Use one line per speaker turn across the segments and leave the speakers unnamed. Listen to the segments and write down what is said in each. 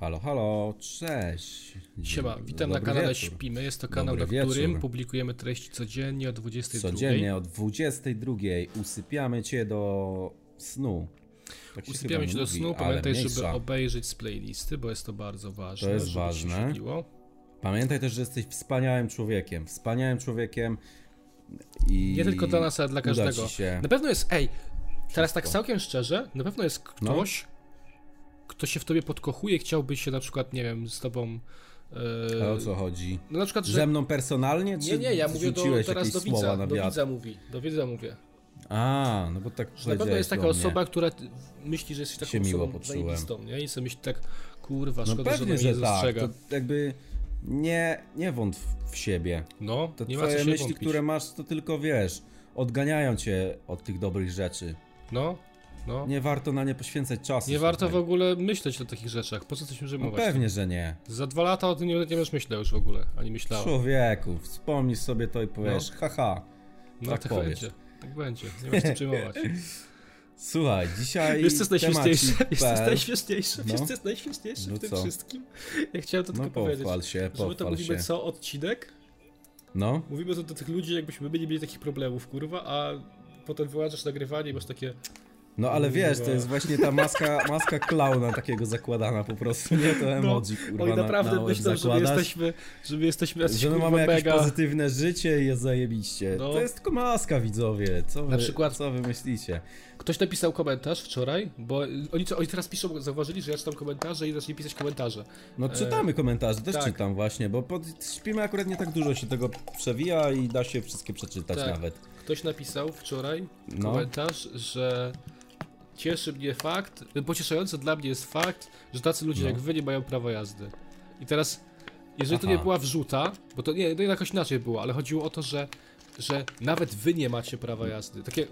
Halo, halo, cześć. Dzień-
Siema, witam na
dobry
kanale
wieczór.
Śpimy. Jest to kanał,
Dobry
na którym
wieczór.
publikujemy treści codziennie o 22.
Codziennie o 22.00 usypiamy cię do snu. Tak
Usypiamy
chyba
się do
mówi,
snu.
ale
Pamiętaj, żeby
mniejsza.
obejrzeć z playlisty, bo jest to bardzo ważne.
jest
żeby ci się
ważne.
śniło.
Pamiętaj też, że jesteś wspaniałym człowiekiem. Wspaniałym człowiekiem. I
Nie tylko dla nas, ale dla
uda
każdego.
Ci się.
Na pewno jest, ej, teraz tak całkiem szczerze, na pewno jest
No.
ktoś, kto się w tobie podkochuje, chciałby się na przykład, nie wiem, z tobą.
Ale o
Yy,
co chodzi?
no na przykład,
Ze
że.
mną personalnie? Czy
Nie, nie, ja mówię do,
rzuciłeś
teraz
jakieś
do
słowa
widza.
na
Do
wiatr?
widza mówi. Do widza mówię.
A, no bo tak
Na pewno jest taka
do mnie.
osoba, która t- myśli, że jesteś taką
Się miło
osobą
poczułem.
zajebistą, nie? I sobie myśli tak, kurwa,
No
szkoda, że ona
pewnie,
mnie
że
nie
tak.
dostrzega.
To jakby nie, nie wąt w- w siebie.
No,
To
nie ma co
twoje
się
myśli,
wątpić.
które masz, to tylko wiesz, odganiają cię od tych dobrych rzeczy.
No, no. Nie,
Nie warto na nie poświęcać czasu.
warto w
słuchaj.
ogóle myśleć o takich rzeczach. Po co coś
No
żemować?
pewnie, że nie.
Za dwa lata o tym nie, nie będziesz myślał już w ogóle, ani myślała.
Człowieku, wspomnisz sobie to i powiesz, haha.
No,
tak
tak
powiesz.
będzie. Tak będzie, nie masz się przejmować.
Słuchaj, dzisiaj.
Wiesz co jest najśmieszniejsze?
temacik
Wiesz co jest
PL.
najśmieszniejsze? Wiesz
No.
co jest najśmieszniejsze
No
w tym
co?
wszystkim? Ja chciałem to
No
tylko powiedzieć.
pochwal się,
Że my to
pochwal
mówimy
się.
co odcinek,
No,
Mówimy to do tych ludzi, jakbyśmy my nie mieli takich problemów, kurwa, a potem wyłączasz nagrywanie i masz takie.
no ale wiesz, to
Kurwa.
jest właśnie ta maska, maska klauna takiego zakładana po prostu, nie to emoji, kurwa,
No, Oni
na-
naprawdę
na łeb
myślą, że my
zakładasz.
jesteśmy, że my jesteśmy jacyś,
Że my
kurwa,
mamy jakieś
mega.
pozytywne życie i jest zajebiście.
No.
To jest tylko maska, widzowie. Co wy,
Na przykład-
co wy myślicie?
Ktoś napisał komentarz wczoraj, bo oni, co, oni teraz piszą, bo zauważyli, że ja czytam komentarze i zaczęli pisać komentarze.
No czytamy komentarze, też
E, tak.
czytam właśnie, bo pod śpimy akurat nie tak dużo się tego przewija i da się wszystkie przeczytać
Tak.
nawet.
Ktoś napisał wczoraj
No.
komentarz, że cieszy mnie fakt, pocieszający dla mnie jest fakt, że tacy
No.
ludzie jak wy nie mają prawa jazdy. I teraz, jeżeli to
Aha.
nie była wrzuta, bo to nie, to jakoś inaczej było, ale chodziło o to, że, że nawet wy nie macie prawa jazdy. Takie,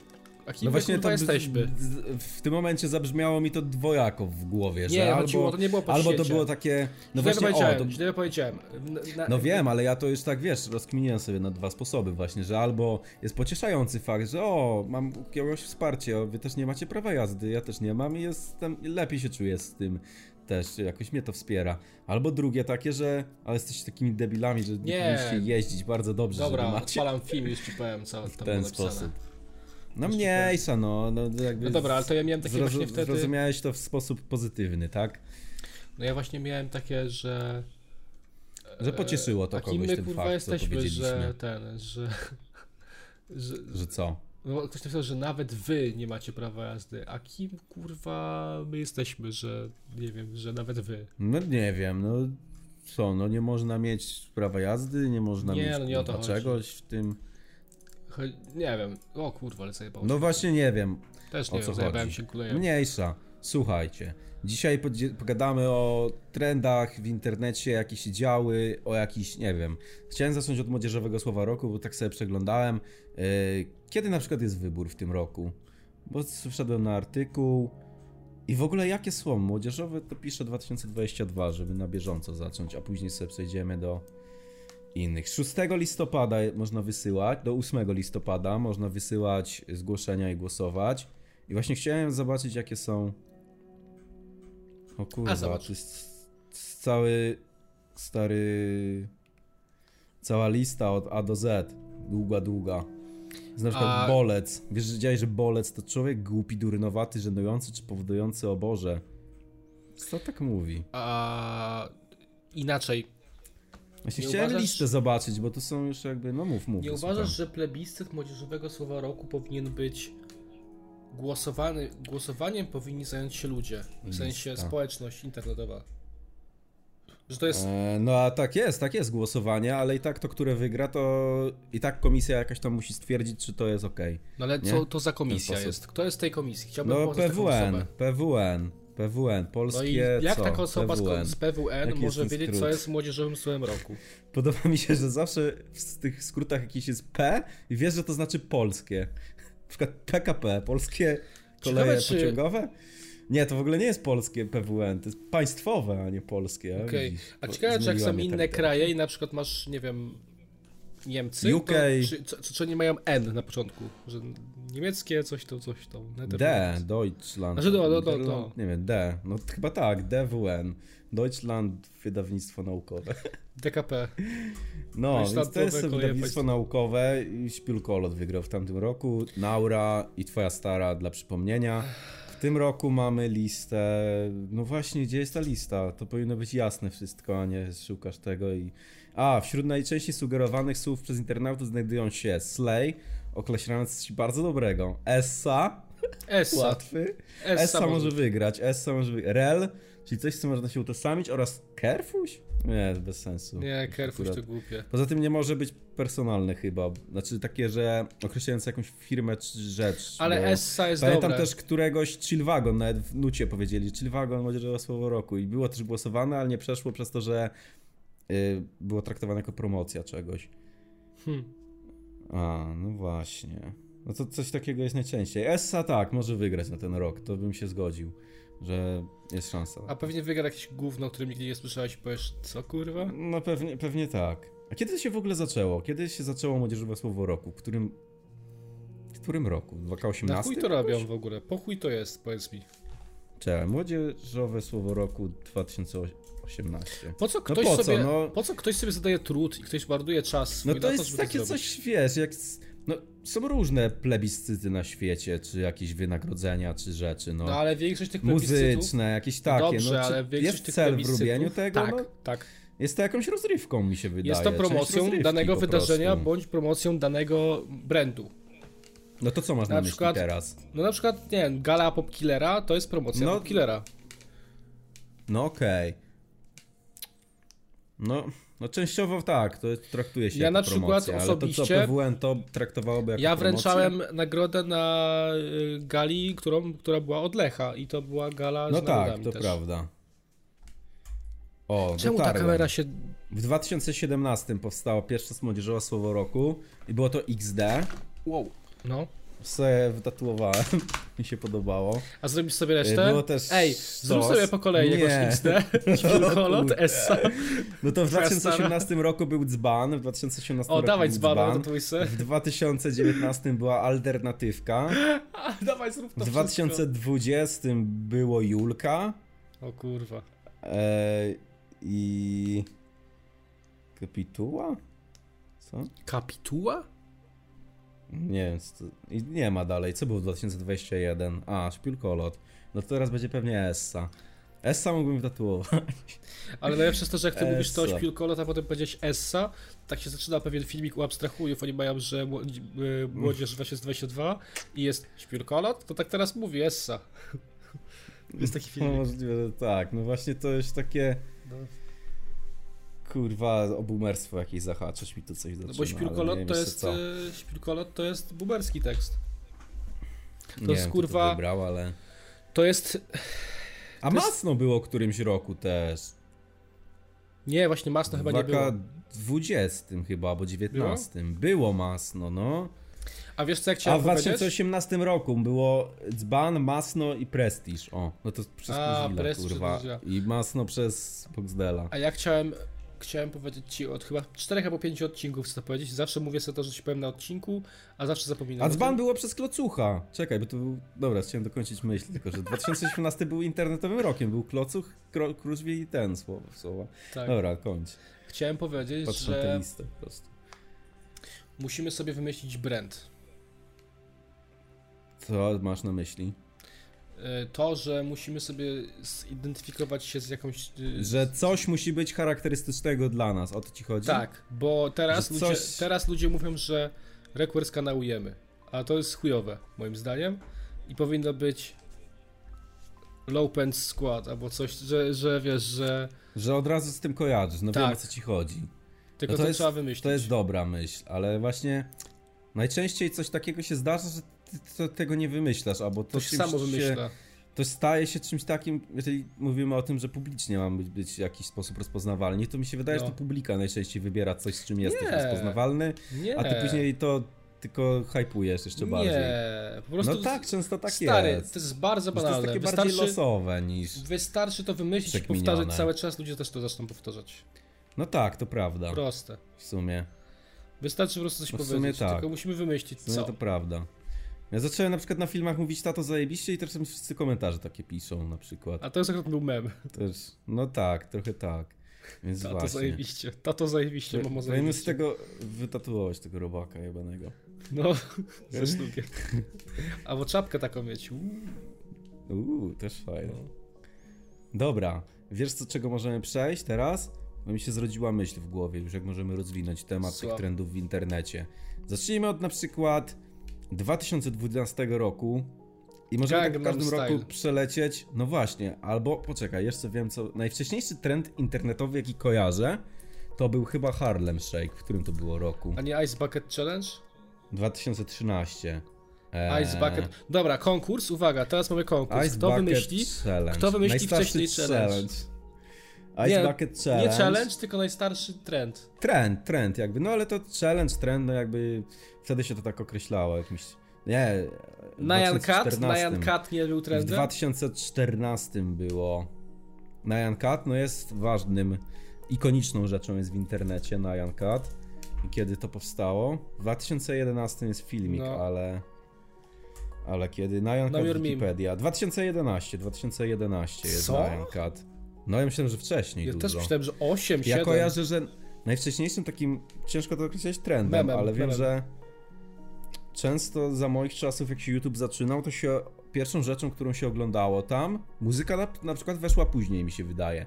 a kim
No
no
właśnie
to
to
jesteśmy?
z- w tym momencie zabrzmiało mi to dwojako w głowie, że
Nie,
albo,
chodziło, to nie było pod
albo to
siecie.
było takie, no
źle
właśnie o, to,
powiedziałem, źle powiedziałem. N- na-
no wiem, ale ja to już tak, wiesz, rozkminiłem sobie na dwa sposoby właśnie, że albo jest pocieszający fakt, że o, mam u kogoś wsparcie, o, wy też nie macie prawa jazdy, ja też nie mam i jestem, lepiej się czuję z tym też, jakoś mnie to wspiera. Albo drugie takie, że, ale jesteście takimi debilami, że nie
Nie.
powinniście jeździć, bardzo dobrze, że
Dobra,
nie macie
odpalam film, już ci powiem, co tam
w
było
ten
napisane.
sposób. No mniejsza, no, no jakby...
No dobra, ale to ja miałem takie
zrozum-
właśnie wtedy...
Zrozumiałeś to w sposób pozytywny, tak?
No ja właśnie miałem takie, że...
Że pocieszyło to
A kim
kogoś
Tak, my
ten
kurwa
fakt, co
jesteśmy,
powiedzieliśmy.
że ten, że... że
Że co?
no, ktoś napisał, że nawet wy nie macie prawa jazdy, a kim kurwa my jesteśmy, że nie wiem, że nawet wy.
No nie wiem, no co, no nie można mieć prawa jazdy, nie można
Nie,
mieć
no nie o to
kurwa,
chodzi.
czegoś w tym.
Cho- Nie wiem, o kurwa, ale zajebało
No właśnie nie wiem,
się. Też
o
nie
co
wiem, zajebałem
chodzi.
się kulejem.
mniejsza. Słuchajcie, dzisiaj podzie- pogadamy o trendach w internecie, jakie się działy, o jakichś, nie wiem. Chciałem zacząć od młodzieżowego słowa roku, bo tak sobie przeglądałem. Yy, Kiedy na przykład jest wybór w tym roku? Bo wszedłem na artykuł i w ogóle jakie są młodzieżowe, to pisze 2022, żeby na bieżąco zacząć, a później sobie przejdziemy do innych. 6 listopada można wysyłać, do 8 listopada można wysyłać zgłoszenia i głosować. I właśnie chciałem zobaczyć, jakie są. O kurwa,
A, zobacz.
to jest s- cały stary. Cała lista od A do Z. Długa, długa. Jest na przykład
A-
bolec. Wiesz, że wiedziałeś, że bolec to człowiek głupi, durnowaty, żenujący czy powodujący oborze. Co tak mówi?
A inaczej,
Właśnie
Nie
chciałem
uważasz-
listę zobaczyć, bo to są już jakby, no mów, mów.
nie
słucham.
uważasz, że plebiscyt młodzieżowego słowa roku powinien być głosowany, głosowaniem powinni zająć się ludzie, w sensie
Lista.
społeczność internetowa. Że to jest
E, No a tak jest, tak jest głosowanie, ale i tak to, które wygra, to i tak komisja jakaś tam musi stwierdzić, czy to jest okej.
No ale
Nie?
co to za komisja
sposób.
jest? Kto jest w tej komisji? Chciałbym
No
poznać taką
PWN,
osobę.
PWN, PWN,
No i
polskie
jak
co?
taka osoba
PWN.
PWN. z PWN
Jaki
może
jest ten
wiedzieć, co
skrót?
jest młodzieżowym słowem roku?
Podoba mi się, że zawsze w tych skrótach jakiś jest P i wiesz, że to znaczy polskie. Na przykład PKP, polskie koleje
Ciekawe, czy-
pociągowe. Nie, to w ogóle nie jest polskie PWN, to jest państwowe, a nie polskie.
Okej.
No widzisz.
A
Bo
ciekawe, czy jak
zmieniła
są
mnie tak
inne
taktyka.
kraje i na przykład masz, nie wiem, Niemcy,
UK.
to, czy, co, czy, czy oni mają N na początku? Że niemieckie coś to, coś to.
D, Deutschland.
Znaczy, no, no, no,
Niderland- Nie wiem, D. No t- chyba tak, DWN. Deutschland Wydawnictwo Naukowe.
DKP.
No,
Deutschland
więc to jest
Nowe Koleje
wydawnictwo
Państwowe.
naukowe i Śpiulkolot wygrał w tamtym roku. Naura i Twoja Stara dla przypomnienia. W tym roku mamy listę. No właśnie, gdzie jest ta lista? To powinno być jasne wszystko, a nie szukasz tego i. A, wśród najczęściej sugerowanych słów przez internautów znajdują się Slay, określając coś bardzo dobrego. Essa,
ESA.
łatwy.
ESA,
Essa może wygrać, Essa może wygrać. Rel, czyli coś, co można się utożsamić, oraz Kerfuś? Nie, bez sensu.
Nie, Kerfuś
Akurat.
to głupie.
Poza tym nie może być personalny chyba. Znaczy takie, że określające jakąś firmę czy rzecz.
Ale
bo
ESA jest
No. Pamiętam
dobre.
też któregoś Chillwagon, nawet w nucie powiedzieli Chillwagon młodzieżowe słowo roku i było też głosowane, ale nie przeszło przez to, że y, było traktowane jako promocja czegoś.
Hmm.
A, no właśnie. No to coś takiego jest najczęściej. Essa tak, może wygrać na ten rok, to bym się zgodził, że jest szansa.
A pewnie wygra jakieś gówno, o którym nigdy nie słyszałeś i powiesz, co kurwa?
No pewnie, pewnie tak. A kiedy to się w ogóle zaczęło? Kiedy się zaczęło młodzieżowe słowo roku? W którym. W którym roku?
Na
2018?
chuj to robią w ogóle? Po chuj to jest, powiedz mi.
Czekaj, młodzieżowe słowo roku 2018.
Po co
No
ktoś,
po co,
sobie,
no?
po co ktoś sobie zadaje trud i ktoś marnuje czas swój
No to
na
jest
to, żeby
takie
to zrobić?
coś, wiesz, jak. s- No, są różne plebiscyty na świecie, czy jakieś wynagrodzenia, czy rzeczy, no.
No ale większość tych plebiscytów...
Muzyczne, jakieś takie.
Dobrze,
no, czy
ale większość
jest
tych
cel w
plebiscytów...
robieniu tego?
Tak,
No,
tak.
jest to jakąś rozrywką, mi się wydaje.
Jest to
część
promocją
rozrywki
danego
po
wydarzenia
prostu.
bądź promocją danego brandu.
No to co masz na,
na
myśli
przykład-
teraz?
No na przykład, nie wiem, gala Popkillera to jest promocja
No,
Popkillera.
No okej. No, no częściowo tak, to traktuje się
Ja
jako
na przykład
promocja, ale to co
osobiście-
PWN to traktowałoby jako
Ja
promocję?
wręczałem nagrodę na y, gali, którą, która była od Lecha i to była gala
No
z
tak,
nagrodami
to
też.
prawda. O,
Czemu ta
dotarłem.
kamera się...
W 2017 powstało pierwsze młodzieżowe słowo roku i było to XD.
Wow. No.
Se wytatuowałem, mi się podobało.
A zrobisz sobie resztę?
E, było też
Ej, zrób
sztos.
sobie po kolei
Nie.
jakąś XD, Kolot,
kurde.
Essa.
No to w
Twoja stara.
2018 roku był dzban, w 2018
O,
roku
dawaj
był
dzbana, to
dzban.
twój se.
W 2019 była alternatywka.
A, Dawaj, zrób to
W
wszystko.
2020 było Julka
O kurwa.
e, i Kapituła? Co?
Kapituła?
Nie wiem, co... i nie ma dalej. Co było w 2021? A, Szpilkolot. No to teraz będzie pewnie Essa. Essa mógłbym tatuować.
Ale najlepsze jest to, że jak ty mówisz to
Essa.
Śpiulkolot, a potem powiedziałeś Essa, tak się zaczyna pewien filmik u abstrahujów, oni mają, że młodzi- y, młodzież właśnie jest 22 i jest Śpiulkolot, to tak teraz mówi Essa. Jest taki
No,
filmik.
możliwe, że tak. No właśnie to już takie...
No.
Kurwa, o boomerstwo jakieś zahaczasz mi tu coś zaczyna.
No bo
ale nie
Śpiulkolot
wiem
to
jeszcze
jest,
co.
y, Śpiulkolot to jest buberski tekst.
Nie
jest
wiem, kto
kurwa-
To wybrał, ale...
To jest,
A
to jest-
masno było w którymś roku też.
nie właśnie masno chyba nie
Waka
było.
20 chyba, albo 19. Było, masno, no.
A wiesz co jak
A w
chciałem powiedzieć?
2018 roku było dzban, masno i prestiż. O, no to przez
A,
Kuzila,
Prestiż
kurwa.
przez Kuzila.
I masno przez Boxdela.
A ja chciałem, chciałem powiedzieć ci od chyba 4 albo 5 odcinków chcę to powiedzieć, zawsze mówię sobie to, że ci powiem na odcinku, a zawsze zapominam.
A
o tym.
dzban było przez Klocucha. Czekaj, bo to był... Dobra, chciałem dokończyć myśl, tylko że 2018 był internetowym rokiem. Był Klocuch, Kro- Kruszwie i ten słowo. słowa.
Tak.
Dobra, kończ.
Chciałem powiedzieć,
Patrzę na tę
że
listę po prostu.
musimy sobie wymyślić brand.
Co masz na myśli?
Y, To, że musimy sobie zidentyfikować się z jakąś. y,
Że coś musi być charakterystycznego dla nas, o to ci chodzi?
Tak, bo teraz,
Że
ludzie,
coś-
teraz ludzie mówią, że Request kanałujemy. A to jest chujowe, moim zdaniem. I powinno być. Low Pants Squad albo coś, że, że wiesz, że.
Że od razu z tym kojarzysz, no
Tak.
wiem o co ci chodzi.
Tylko
No
to,
to jest-
trzeba wymyślić.
To jest dobra myśl, ale właśnie najczęściej coś takiego się zdarza, że ty, ty tego nie wymyślasz, albo to,
to się samo wymyśla.
to staje się czymś takim, jeżeli mówimy o tym, że publicznie mamy być, być w jakiś sposób rozpoznawalni, to mi się wydaje,
No.
że to publika najczęściej wybiera coś, z czym jesteś
Nie.
rozpoznawalny,
Nie.
a ty później to tylko hypujesz jeszcze bardziej.
Nie, po prostu.
No tak, często tak
stary,
jest.
to jest bardzo
Że to
banalne.
jest takie bardziej
Wystarczy,
losowe niż...
Wystarczy to wymyślić i
Przekminione.
powtarzać cały czas, ludzie też to zaczną powtarzać.
No tak, to prawda,
Proste.
w sumie.
Wystarczy po prostu coś
No w sumie
powiedzieć,
tak.
tylko musimy wymyślić
No
co.
to prawda. Ja zacząłem na przykład na filmach mówić, tato zajebiście i też tam wszyscy komentarze takie piszą na przykład.
A to jest akurat był mem.
Też, no tak, trochę tak. Więc
Tato
właśnie.
zajebiście, tato zajebiście, mama
Powinien z
zajebiście.
tego wytatuować tego robaka jebanego.
No, ze sztukiem. Albo czapkę taką mieć. Uuu.
Uuu, też fajne. Dobra, wiesz co, czego możemy przejść teraz? Bo mi się zrodziła myśl w głowie, już jak możemy rozwinąć temat tych
Słucham.
trendów w internecie. Zacznijmy od na przykład 2012 roku i możemy tak w
Gangnam
każdym roku
Style.
przelecieć. No właśnie, albo poczekaj, jeszcze wiem co. Najwcześniejszy trend internetowy, jaki kojarzę, to był chyba Harlem Shake, w którym to było roku.
A nie Ice Bucket Challenge?
2013.
Ice Bucket. Dobra, konkurs, uwaga, teraz mamy konkurs.
Eee, Ice
Kto
Bucket
wymyśli?
Challenge.
kto wymyśli
Najstarszy
wcześniej challenge?
Ice
Nie,
Bucket Challenge.
Nie challenge, tylko najstarszy trend.
Trend, trend jakby. No ale to challenge, trend, no jakby wtedy się to tak określało jakimś... Nie, w
Nyan Cat,
2014.
Nyan Cat nie był
W
trendem.
2014 było. Nyan Cat, no jest ważnym, ikoniczną rzeczą jest w internecie Nyan Cat. I Kiedy to powstało? W 2011 jest filmik,
No.
ale... Ale kiedy? Nyan
No,
Cat
your meme.
Wikipedia. 2011, 2011 jest
Co?
Nyan Cat. No ja myślałem, że wcześniej
Ja
dużo.
też myślałem, że 8, 7.
Ja kojarzę, że najwcześniejszym takim, ciężko to określić trendem,
Memem,
ale wiem,
memem.
że często za moich czasów, jak się YouTube zaczynał, to się pierwszą rzeczą, którą się oglądało tam, muzyka na, na przykład weszła później, mi się wydaje.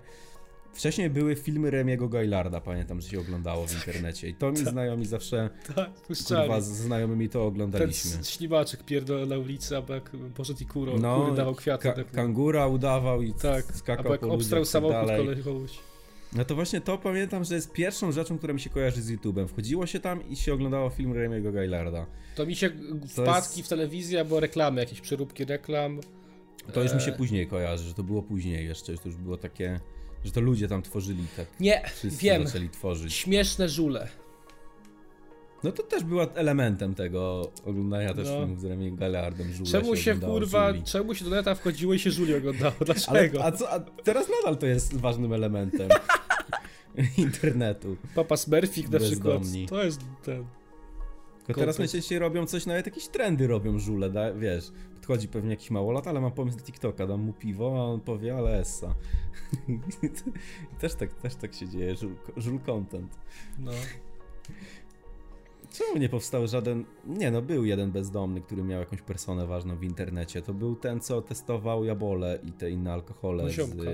Wcześniej były filmy Remiego Gailarda, pamiętam, że się oglądało w internecie. I to mi znajomi zawsze,
Tak,
kurwa,
puszczali.
z znajomymi to
Ten
oglądaliśmy.
s- ślimaczek pierdolę na ulicy, albo jak poszedł i kurą,
No,
kury dawał kwiaty.
Ka-
tak,
kangura udawał i
tak.
skakał
albo jak
po ludziach
obstrał
i tak
samochód
dalej.
kolej komuś.
No to właśnie to pamiętam, że jest pierwszą rzeczą, która mi się kojarzy z YouTube'em. Wchodziło się tam i się oglądało film Remiego Gailarda.
To mi się wpadki w telewizji albo reklamy, jakieś przeróbki reklam.
To już mi
E.
się później kojarzy, że to było później jeszcze, że to już było takie, że to ludzie tam tworzyli, tak
Nie,
wszyscy
wiem.
zaczęli tworzyć.
Śmieszne żule.
No to też była elementem tego oglądania też
No.
filmów z Remiego Gailardem. Żule
Czemu się
oglądało,
kurwa,
Żuli.
czemu się do neta wchodziło i się żuli oglądało?
Ale,
Dlaczego?
a, co, a teraz nadal to jest ważnym elementem internetu.
Papa Smurfik na przykład.
Bezdomni.
To jest ten.
Tylko teraz
Kopy.
najczęściej robią coś, nawet jakieś trendy robią żule, da, wiesz. Podchodzi pewnie jakiś małolat, ale mam pomysł na TikToka, dam mu piwo, a on powie, ale essa. też, tak, też tak się dzieje, żul, żul content.
No.
Czemu nie powstał żaden... Nie no, był jeden bezdomny, który miał jakąś personę ważną w internecie. To był ten, co testował jabole i te inne alkohole z...
Poziomka.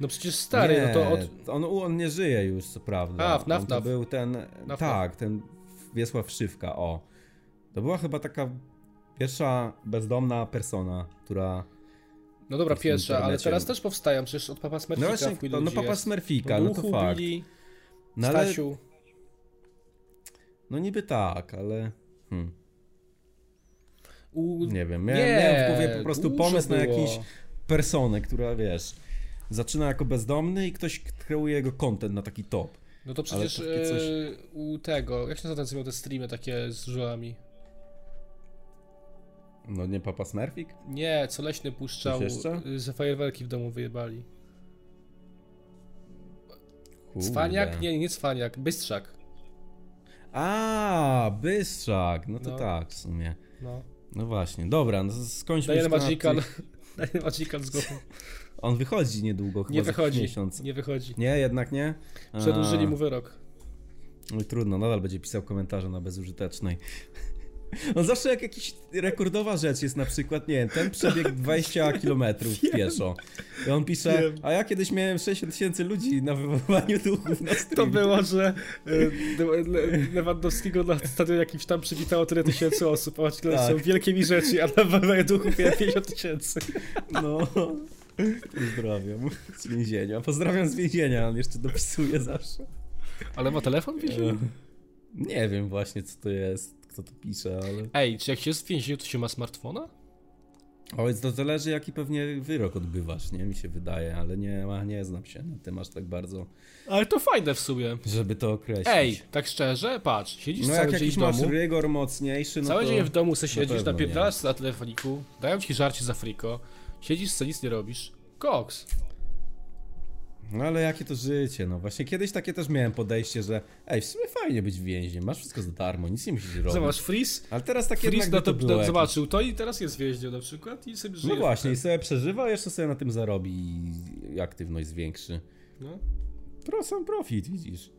no przecież stary,
nie,
no to od.
on, on nie żyje już, co prawda.
A, w
On to
NAFNAF.
był ten,
NAFNAF.
tak, ten Wiesław Szywka, o. To była chyba taka pierwsza bezdomna persona, która...
No dobra,
w
pierwsza, ale
internecie.
teraz też powstają, przecież od Papa
No
Smurfika
właśnie,
chuj
to, no
ludzi
papa
jest.
Smerfika, no to
Duchu
fakt.
Billy,
No ale,
Stasiu.
no niby tak, ale... Hmm,
U...
nie wiem, miałem, miałem w głowie po prostu
dużo
pomysł na
było.
jakiś personę, która, wiesz, zaczyna jako bezdomny i ktoś kreuje jego content na taki top.
No to przecież
takie coś-
e, u tego, jak się nazywa ten, co miał te streamy takie z żułami?
No nie Papa Smurfik?
Nie, co leśny puszczał,
Coś jeszcze?
y, że fajerwerki w domu wyjebali.
Kurde.
Cwaniak? Nie, nie cwaniak, bystrzak.
A, Bystrzak, no to
No.
tak w sumie.
No.
No właśnie, dobra, no z- skończmy
Daniel
już temat
Magical.
tych-
Daniel Magical z głową.
On wychodzi niedługo, chyba
Nie
za jakiś
wychodzi.
miesiąc.
Nie wychodzi.
Nie, jednak nie? A,
Przedłużyli mu wyrok.
no i Trudno, nadal będzie pisał komentarze na bezużytecznej. On zawsze jak jakiś rekordowa rzecz jest na przykład, nie wiem, ten przebieg 20 km pieszo. I on pisze,
Wiem.
a ja kiedyś miałem 60 tysięcy ludzi na wywoływaniu duchów na streamie.
To było, że y, Le- Le- Lewandowskiego na stadionie jakimś tam przywitało tyle tysięcy osób, a właśnie
Tak.
są wielkie mi rzeczy, a na Wajduchu 50 tysięcy.
No. Pozdrawiam z więzienia. Pozdrawiam z więzienia, on jeszcze dopisuje zawsze.
Ale ma telefon w
E, Nie wiem właśnie co to jest, kto to pisze, ale...
Ej, czy jak się jest w więzieniu, to się ma smartfona?
Oj, to zależy jaki pewnie wyrok odbywasz, nie? Mi się wydaje, ale nie, ma- nie znam się na tym aż tak bardzo,
Ale to fajne w sumie.
żeby to określić.
Ej, tak szczerze, patrz, siedzisz
No jak
cały dzień
jakiś
w
masz
domu,
rygor mocniejszy, no
cały
to...
dzień w domu se
na
siedzisz,
pewno
napierdalasz sobie na telefoniku, dają ci żarcie z Afriko, siedzisz se nic nie robisz, koks.
No ale jakie to życie, no właśnie kiedyś takie też miałem podejście, że ej, w sumie fajnie być więźniem, masz wszystko za darmo, nic nie musisz robić.
Zobacz, Freeze,
Ale teraz takie
Freeze
jednak by
na
to
to,
było
na,
jakieś-
zobaczył to i teraz jest więźnią na przykład i sobie żyje.
No
w
właśnie, i
tym.
sobie przeżywa, a jeszcze sobie na tym zarobi i aktywność zwiększy.
No.
Pro, sam profit, widzisz.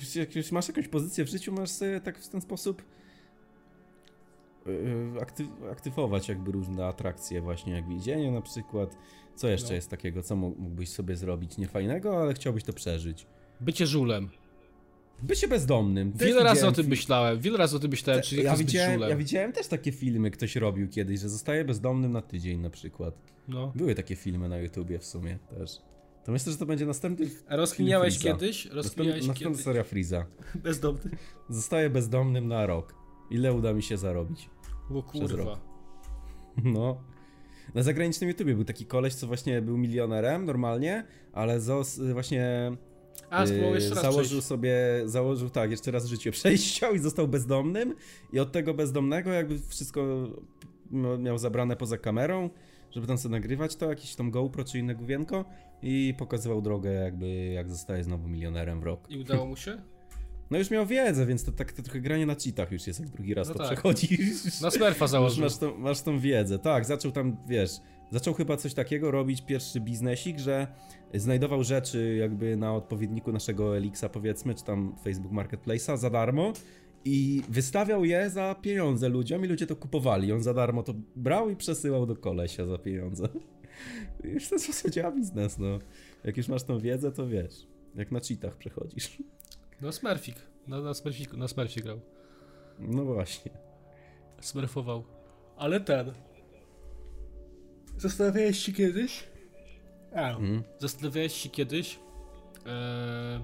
Już, jak już masz jakąś pozycję w życiu, masz sobie tak w ten sposób yy, akty aktywować jakby różne atrakcje właśnie, jak więzienie na przykład. Co jeszcze
No.
jest takiego, co mó- mógłbyś sobie zrobić niefajnego, ale chciałbyś to przeżyć?
Bycie żulem.
Bycie bezdomnym. Też
Wiele razy o
widziałem
tym
fi-
myślałem, wiele razy o tym myślałem, czy
te- ja,
jak być
widziałem, ja
żulem.
widziałem też takie filmy, ktoś robił kiedyś, że zostaje bezdomnym na tydzień na przykład.
No.
Były takie filmy na YouTubie w sumie też. To myślę, że to będzie następny.
A rozkminiałeś
Freeza.
kiedyś? Rozkminiałeś
Następna, następna
kiedyś?
seria Freeza.
Bezdomny.
Zostaję bezdomnym na rok. Ile uda mi się zarobić?
Bo
rok.
kurwa.
No. Na zagranicznym YouTubie był taki koleś, co właśnie był milionerem normalnie, ale zos, właśnie
A,
Yy,
spróbuj jeszcze raz
założył
przejść.
sobie, założył tak, jeszcze raz życie przejściał i został bezdomnym i od tego bezdomnego jakby wszystko m- miał zabrane poza kamerą, żeby tam sobie nagrywać to, jakieś tam GoPro czy inne główienko i pokazywał drogę jakby jak zostaje znowu milionerem w rok.
I udało mu się?
No już miał wiedzę, więc to tak to trochę granie na cheatach już jest, jak drugi raz
No
to
tak.
przechodzisz.
Na Smurfa
Masz,
założył.
masz, tą, masz tą wiedzę, tak, zaczął tam, wiesz, zaczął chyba coś takiego robić pierwszy biznesik, że znajdował rzeczy jakby na odpowiedniku naszego Elixa powiedzmy, czy tam Facebook Marketplace'a za darmo i wystawiał je za pieniądze ludziom i ludzie to kupowali, on za darmo to brał i przesyłał do kolesia za pieniądze. I w ten sposób działa biznes, no. Jak już masz tą wiedzę, to wiesz, jak na cheatach przechodzisz.
Na Smurfik. Na, na, Smurfiku, na Smurfie grał.
No właśnie.
Smurfował. Ale ten. Zastanawiałeś się kiedyś? A.
Hmm?
Zastanawiałeś się kiedyś, e,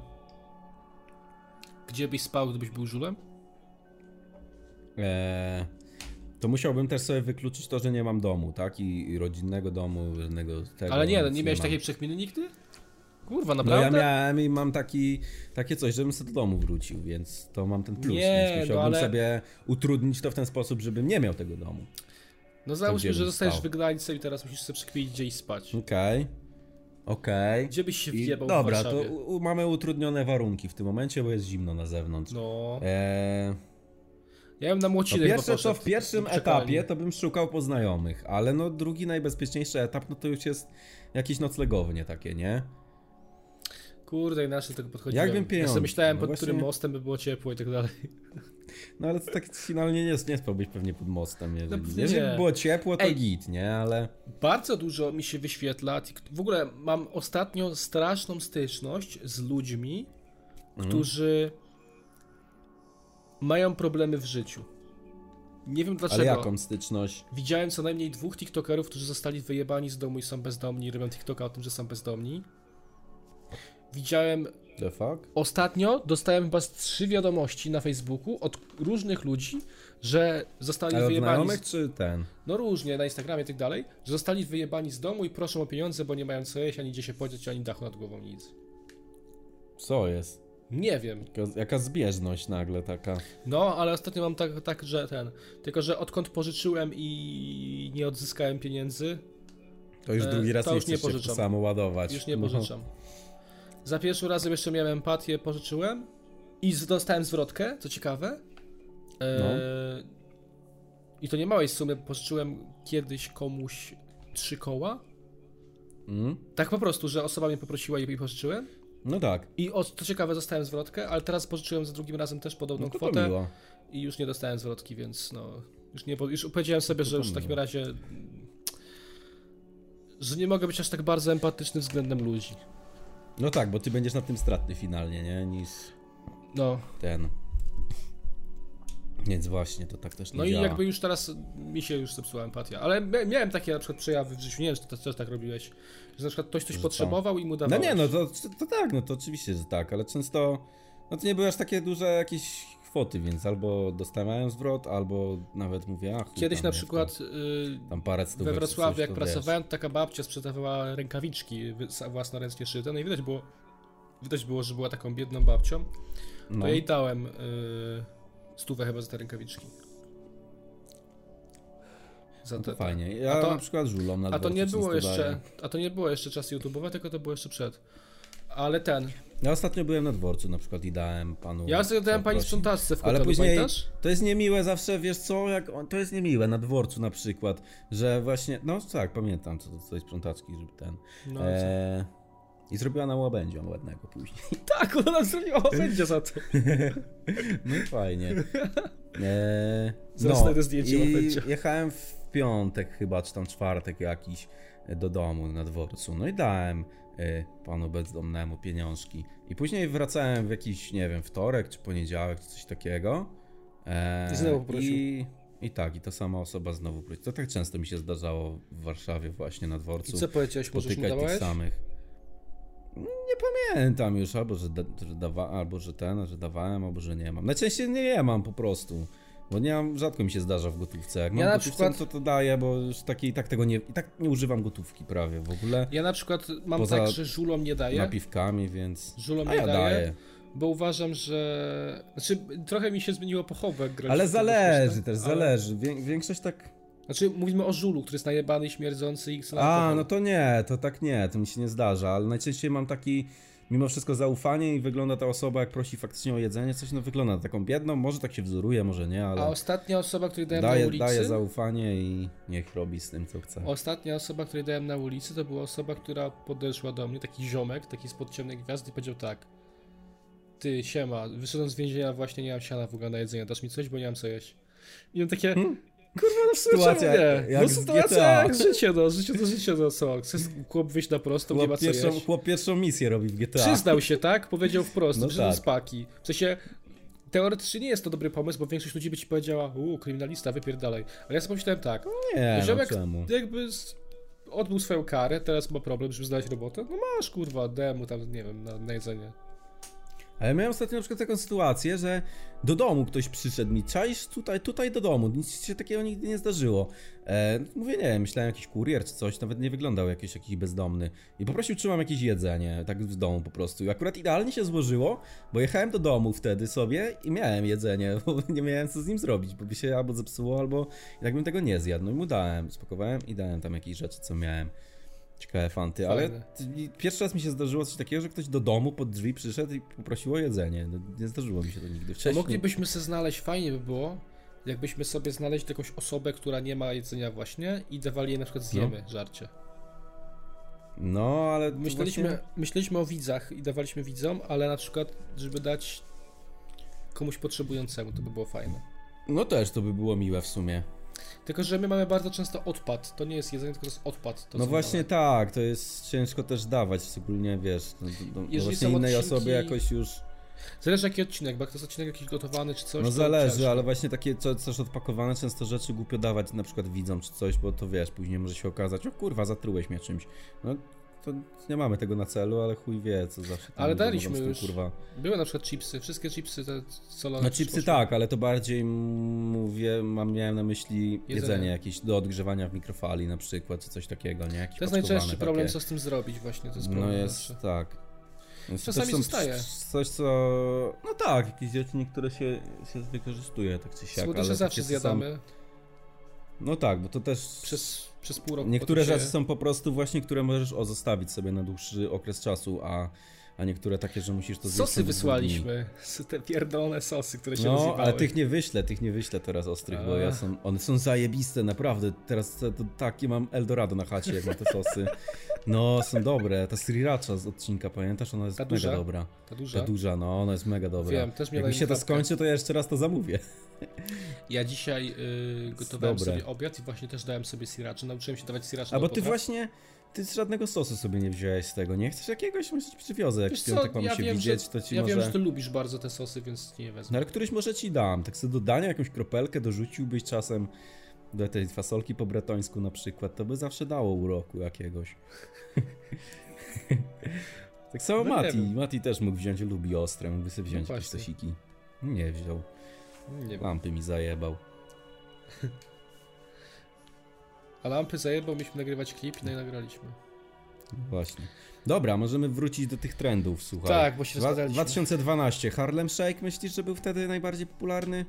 gdzie byś spał, gdybyś był żulem?
Eee, to musiałbym też sobie wykluczyć to, że nie mam domu, tak? I, i rodzinnego domu, żadnego tego.
Ale nie, no,
nic
nie miałeś
mam.
takiej przekminy nigdy? Kurwa,
No
naprawdę?
ja miałem i mam taki, takie coś, żebym sobie do domu wrócił, więc to mam ten plus.
Nie,
więc
no
musiałbym
ale-
sobie utrudnić to w ten sposób, żebym nie miał tego domu.
No załóżmy,
Gdzie
że
bym
zostajesz
spał?
wygnańcem i teraz musisz sobie przekminić gdzie iść spać.
Okej. Okej.
Gdzie byś się
I
wjebał w
Dobra, to
Warszawie?
u, u, mamy utrudnione warunki w tym momencie, bo jest zimno na zewnątrz.
No,
Eee,
ja bym na
No
młocinek
pierwsze to
poszedł.
w pierwszym
Do
etapie
poczekalni.
to bym szukał poznajomych, ale no drugi najbezpieczniejszy etap no to już jest jakieś noclegownie takie, nie?
Kurde, inaczej do tego podchodziłem.
Jakbym
Ja
pieniądze-
sobie myślałem,
no
pod
właśnie-
którym mostem by było ciepło i tak dalej.
No ale to tak finalnie nie, nie spałbyś pewnie pod mostem, jeżeli,
No,
jeżeli
nie.
by było ciepło to
Ej.
git, nie? Ale
Bardzo dużo mi się wyświetla. tik- W ogóle mam ostatnio straszną styczność z ludźmi,
Mhm.
którzy mają problemy w życiu. Nie wiem dlaczego.
ale jaką styczność?
Widziałem co najmniej dwóch TikTokerów, którzy zostali wyjebani z domu i są bezdomni, robią TikToka o tym, że są bezdomni. Widziałem
The fuck?
ostatnio, dostałem chyba z trzy wiadomości na Facebooku od różnych ludzi, że zostali
Ale od
wyjebani. Z...
znajomych czy ten?
no różnie, na Instagramie i tak dalej, że zostali wyjebani z domu i proszą o pieniądze, bo nie mają co jeść, ani gdzie się podzieć, ani dachu nad głową, nic.
Co jest?
Nie wiem.
Jaka, jaka zbieżność nagle taka?
No, ale ostatnio mam tak, tak, że ten. Tylko, że odkąd pożyczyłem i nie odzyskałem pieniędzy,
To już
E,
drugi raz
to
nie
już nie
chcesz się w to
pożyczam.
samo ładować.
już nie
No.
pożyczam. Za pierwszym razem jeszcze miałem empatię, pożyczyłem i z- dostałem zwrotkę, co ciekawe. E, I to nie małej sumy, bo pożyczyłem kiedyś komuś trzy koła.
Mm?
Tak po prostu, że osoba mnie poprosiła i i pożyczyłem.
No tak.
I o, co ciekawe, dostałem zwrotkę, ale teraz pożyczyłem za drugim razem też podobną
No to, to
kwotę.
miło.
I już nie dostałem zwrotki, więc no. Już, nie, po- już powiedziałem
No
sobie, że już w takim razie. że nie mogę być aż tak bardzo empatyczny względem ludzi.
No tak, bo ty będziesz na tym stratny finalnie, nie? Niż...
No.
ten. Więc właśnie, to tak też nie
No i
działa.
jakby już teraz mi się już zepsuła empatia. Ale mia- miałem takie na przykład przejawy w życiu. Nie wiem, czy ty też tak robiłeś. Że na przykład ktoś coś
Że co?
potrzebował i mu
No
dawałeś.
nie, no to, to tak, no to oczywiście, że tak, ale często no to nie były aż takie duże jakieś kwoty, więc albo dostawałem zwrot, albo nawet mówię, ach,
Kiedyś
tam
na
jest
przykład y,
Tam parę
we
stówek czy
Wrocławiu,
coś,
jak
to
pracowałem, to taka babcia sprzedawała rękawiczki wy- sa- własnoręcznie szyte. No i widać było, widać było, że była taką biedną babcią.
Wiesz, no.
To jej dałem y, stówę chyba za te rękawiczki. Za te,
No To fajnie. Ja
A to-
na przykład żulą na
A to
dworcu
nie było
często
jeszcze,
daję.
a to nie było jeszcze czas YouTube'owe, tylko to było jeszcze przed. ale ten.
Ja ostatnio byłem na dworcu na przykład i dałem panu.
Ja ostatnio dałem pani
zaprosić.
sprzątaczce w
Ale
hotelu,
później
pamiętasz?
to jest niemiłe zawsze, wiesz co, jak on, to jest niemiłe na dworcu na przykład, że właśnie, no tak, pamiętam co co tej sprzątaczki, żeby ten.
No,
e, I zrobiła nam łabędzia ładnego później.
Tak, ona nam zrobiła będzie za to.
No i fajnie. E,
Zaraz znajdę zdjęcie
i
łabędzia.
Jechałem w piątek chyba, czy tam czwartek jakiś e, do domu na dworcu. No i dałem e, panu bezdomnemu pieniążki. I później wracałem w jakiś, nie wiem, wtorek czy poniedziałek, czy coś takiego. E,
I znowu poprosił.
I, I tak, i ta sama osoba znowu prosiła. To tak często mi się zdarzało w Warszawie właśnie na
I
dworcu.
co powiedziałeś, może już mu
Spotykać tych
dawałeś?
samych. Nie pamiętam już, albo że, da, że dawa, albo że ten, że dawałem, albo że nie mam. Najczęściej nie je mam po prostu. Bo nie mam, rzadko mi się zdarza w gotówce. Jak mam
Ja na
gotówce, no
przykład-
to to daję, bo już takiej i tak tego nie, i tak nie używam gotówki prawie w ogóle.
Ja na przykład mam
Poza
tak, że żulom nie daję,
Napiwkami, więc...
Żulom
A
nie
ja
daję.
daję.
bo uważam, że... Znaczy, trochę mi się zmieniło pochowę, jak graliśmy
Ale
w tego
zależy
śmieszne,
też,
ale-
zależy. Wię, większość tak...
Znaczy, mówimy o żulu, który jest najebany, śmierdzący i
A,
chce alkohol.
no to nie, to tak nie, to mi się nie zdarza, ale najczęściej mam taki mimo wszystko zaufanie i wygląda ta osoba, jak prosi faktycznie o jedzenie, coś no wygląda na taką biedną, może tak się wzoruje, może nie,
A
ale
ostatnia osoba, której dałem na
daje,
ulicy...
daje zaufanie i niech robi z tym, co chce. No,
Ostatnia osoba, której dałem na ulicy, to była osoba, która podeszła do mnie, taki ziomek, taki spod ciemnej gwiazdy i powiedział tak. Ty, siema, wyszedłem z więzienia, właśnie nie mam siana w ogóle na jedzenie, dasz mi coś, bo nie mam co jeść. I on takie, kurwa, no w sumie
Sytuacja
czemu nie?
Hmm? jak
no
z
sytuacja
GTA.
jak życie, no, życie to życie, no co, chcesz chłop wyjść na prosto, nie ma
Chłop
co jeść.
pierwszą, chłop pierwszą misję robi w GTA.
Przyznał się, tak? Powiedział wprost,
No
no przyszedł
tak.
z paki. W sensie, teoretycznie nie jest to dobry pomysł, bo większość ludzi by ci powiedziała, uuu, kryminalista, wypierdalaj. Ale ja sobie pomyślałem tak,
Nie, no
Ziomek
czemu?
jakby z... odbył swoją karę, teraz ma problem, żeby znaleźć robotę. No masz kurwa, demu tam, nie wiem, na, na jedzenie.
Ale miałem ostatnio na przykład taką sytuację, że do domu ktoś przyszedł mi, czaisz tutaj, tutaj do domu, nic się takiego nigdy nie zdarzyło. E, mówię, nie, myślałem jakiś kurier czy coś, nawet nie wyglądał jakiś, jakiś bezdomny. I poprosił, czy mam jakieś jedzenie, tak w domu po prostu. I akurat idealnie się złożyło, bo jechałem do domu wtedy sobie i miałem jedzenie, bo nie miałem co z nim zrobić, bo by się albo zepsuło, albo jakbym tego nie zjadł. No i mu dałem, spakowałem i dałem tam jakieś rzeczy, co miałem. Ciekawe fanty, ale
Fajne.
ty- pierwszy raz mi się zdarzyło coś takiego, że ktoś do domu pod drzwi przyszedł i poprosił o jedzenie. No, nie zdarzyło mi się to nigdy
To
wcześniej.
moglibyśmy sobie znaleźć, fajnie by było, jakbyśmy sobie znaleźli jakąś osobę, która nie ma jedzenia właśnie i dawali jej na przykład zjemy żarcie.
No, ale to
Myśleliśmy,
Właśnie...
myśleliśmy o widzach i dawaliśmy widzom, ale na przykład, żeby dać komuś potrzebującemu, to by było fajne.
No też to by było miłe w sumie.
Tylko, że my mamy bardzo często odpad. To nie jest jedzenie, tylko to jest odpad. To
no
co
właśnie
mamy.
tak, to jest ciężko też dawać, szczególnie wiesz, no, do, do,
Jeżeli
no właśnie
są
innej
odcinki-
osobie jakoś już.
Zależy jaki odcinek, bo jak to jest odcinek jakiś gotowany czy coś.
No
to
zależy,
ciężko.
ale właśnie takie co, coś odpakowane często rzeczy głupio dawać na przykład widzom czy coś, bo to wiesz, później może się okazać, o kurwa, zatrułeś mnie czymś. No to nie mamy tego na celu, ale chuj wie, co zawsze. tam
Ale
ludzie
daliśmy
robią z tym,
już.
Kurwa.
Były na przykład chipsy, wszystkie chipsy te solone.
No
też
chipsy
poszły.
tak, ale to bardziej mm, mówię, mam, miałem na myśli jedzenie.
Jedzenie.
jakieś do odgrzewania w mikrofali na przykład, czy coś takiego, nie? Jakieś
To jest
paczkowane
najczęstszy problem,
takie.
co z tym zrobić właśnie, to jest
No
problem
jest,
zawsze.
tak. Więc to
Czasami
też są
zostaje.
c- c- Coś, co... No tak, jakieś rzeczy niektóre się, się wykorzystuje, tak czy siak.
Słodycze
ale
zawsze
takie są-
zjadamy,
No tak, bo to też...
przez, przez pół roku
Niektóre
potem się-
rzeczy są po prostu właśnie, które możesz o zostawić sobie na dłuższy okres czasu, a, a niektóre takie, że musisz to zjeść.
Sosy
na dwa dni.
wysłaliśmy, te pierdolone sosy, które się
No,
rozjebały.
ale tych nie wyślę, tych nie wyślę teraz ostrych, bo ja
A.
są, one są zajebiste, naprawdę. Teraz to, to takie mam Eldorado na chacie, jak na te sosy. No, są dobre. Ta sriracha z odcinka, pamiętasz? Ona jest
Ta
mega
duża?
dobra.
Ta duża.
Ta duża, no, ona jest mega dobra.
Wiem, też No mi
jak
daje
mi się to
klatkę.
skończy, to ja jeszcze raz to zamówię.
Ja dzisiaj y, gotowałem
Dobre.
sobie obiad i właśnie też dałem sobie siraczy, nauczyłem się dawać siraczy
A bo
do
ty
obiad.
właśnie, ty żadnego sosu sobie nie wziąłeś z tego, nie? Chcesz jakiegoś? Myślę, że przywiozę, jak
Wiesz
w piątek
co,
tak mam
ja
się
wiem,
widzieć,
że,
to ci
Ja
może...
wiem, że ty lubisz bardzo te sosy, więc nie wezmę.
No ale któryś może ci dam, tak sobie dodania jakąś kropelkę dorzuciłbyś czasem do tej fasolki po bretońsku na przykład, to by zawsze dało uroku jakiegoś. tak samo
No nie
Mati,
wiem.
Mati też mógł wziąć, lubi ostre, mógłby sobie wziąć
No
jakieś
właśnie.
sosiki. Nie wziął,
Nie wiem.
lampy mi zajebał.
A lampy zajebał, mieliśmy nagrywać klip i no i nagraliśmy.
No Właśnie. Dobra, możemy wrócić do tych trendów, słuchaj.
Tak, bo się
Dwa-
rozgadaliśmy.
2012, Harlem Shake myślisz, że był wtedy najbardziej popularny?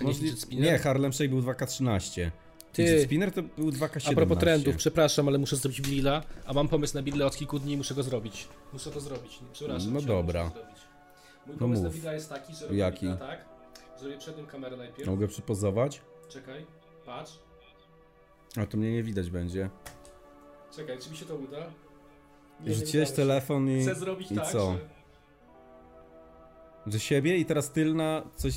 A nie
Możli-
Fidget Spinner?
nie, Harlem Shake był 2K13. Fidget spinner to był 2K17.
A propos trendów, przepraszam, ale muszę zrobić Billa, a mam pomysł na Billa od kilku dni i muszę go zrobić. Muszę go zrobić, nie, przepraszam.
No
muszę- muszę
dobra. No
go zrobić. Mój pomysł
mów.
na Billa jest taki, że robię
Jaki? No.
Billa tak, że robię przednią kamerę najpierw,
Mogę przypozować?
czekaj, patrz,
A to mnie nie widać będzie.
czekaj, czy mi się to uda? Nie, nie udało
Rzuciłeś
się.
telefon i...
Chcę zrobić
i
tak,
co?
że...
Ze siebie i teraz tylna coś...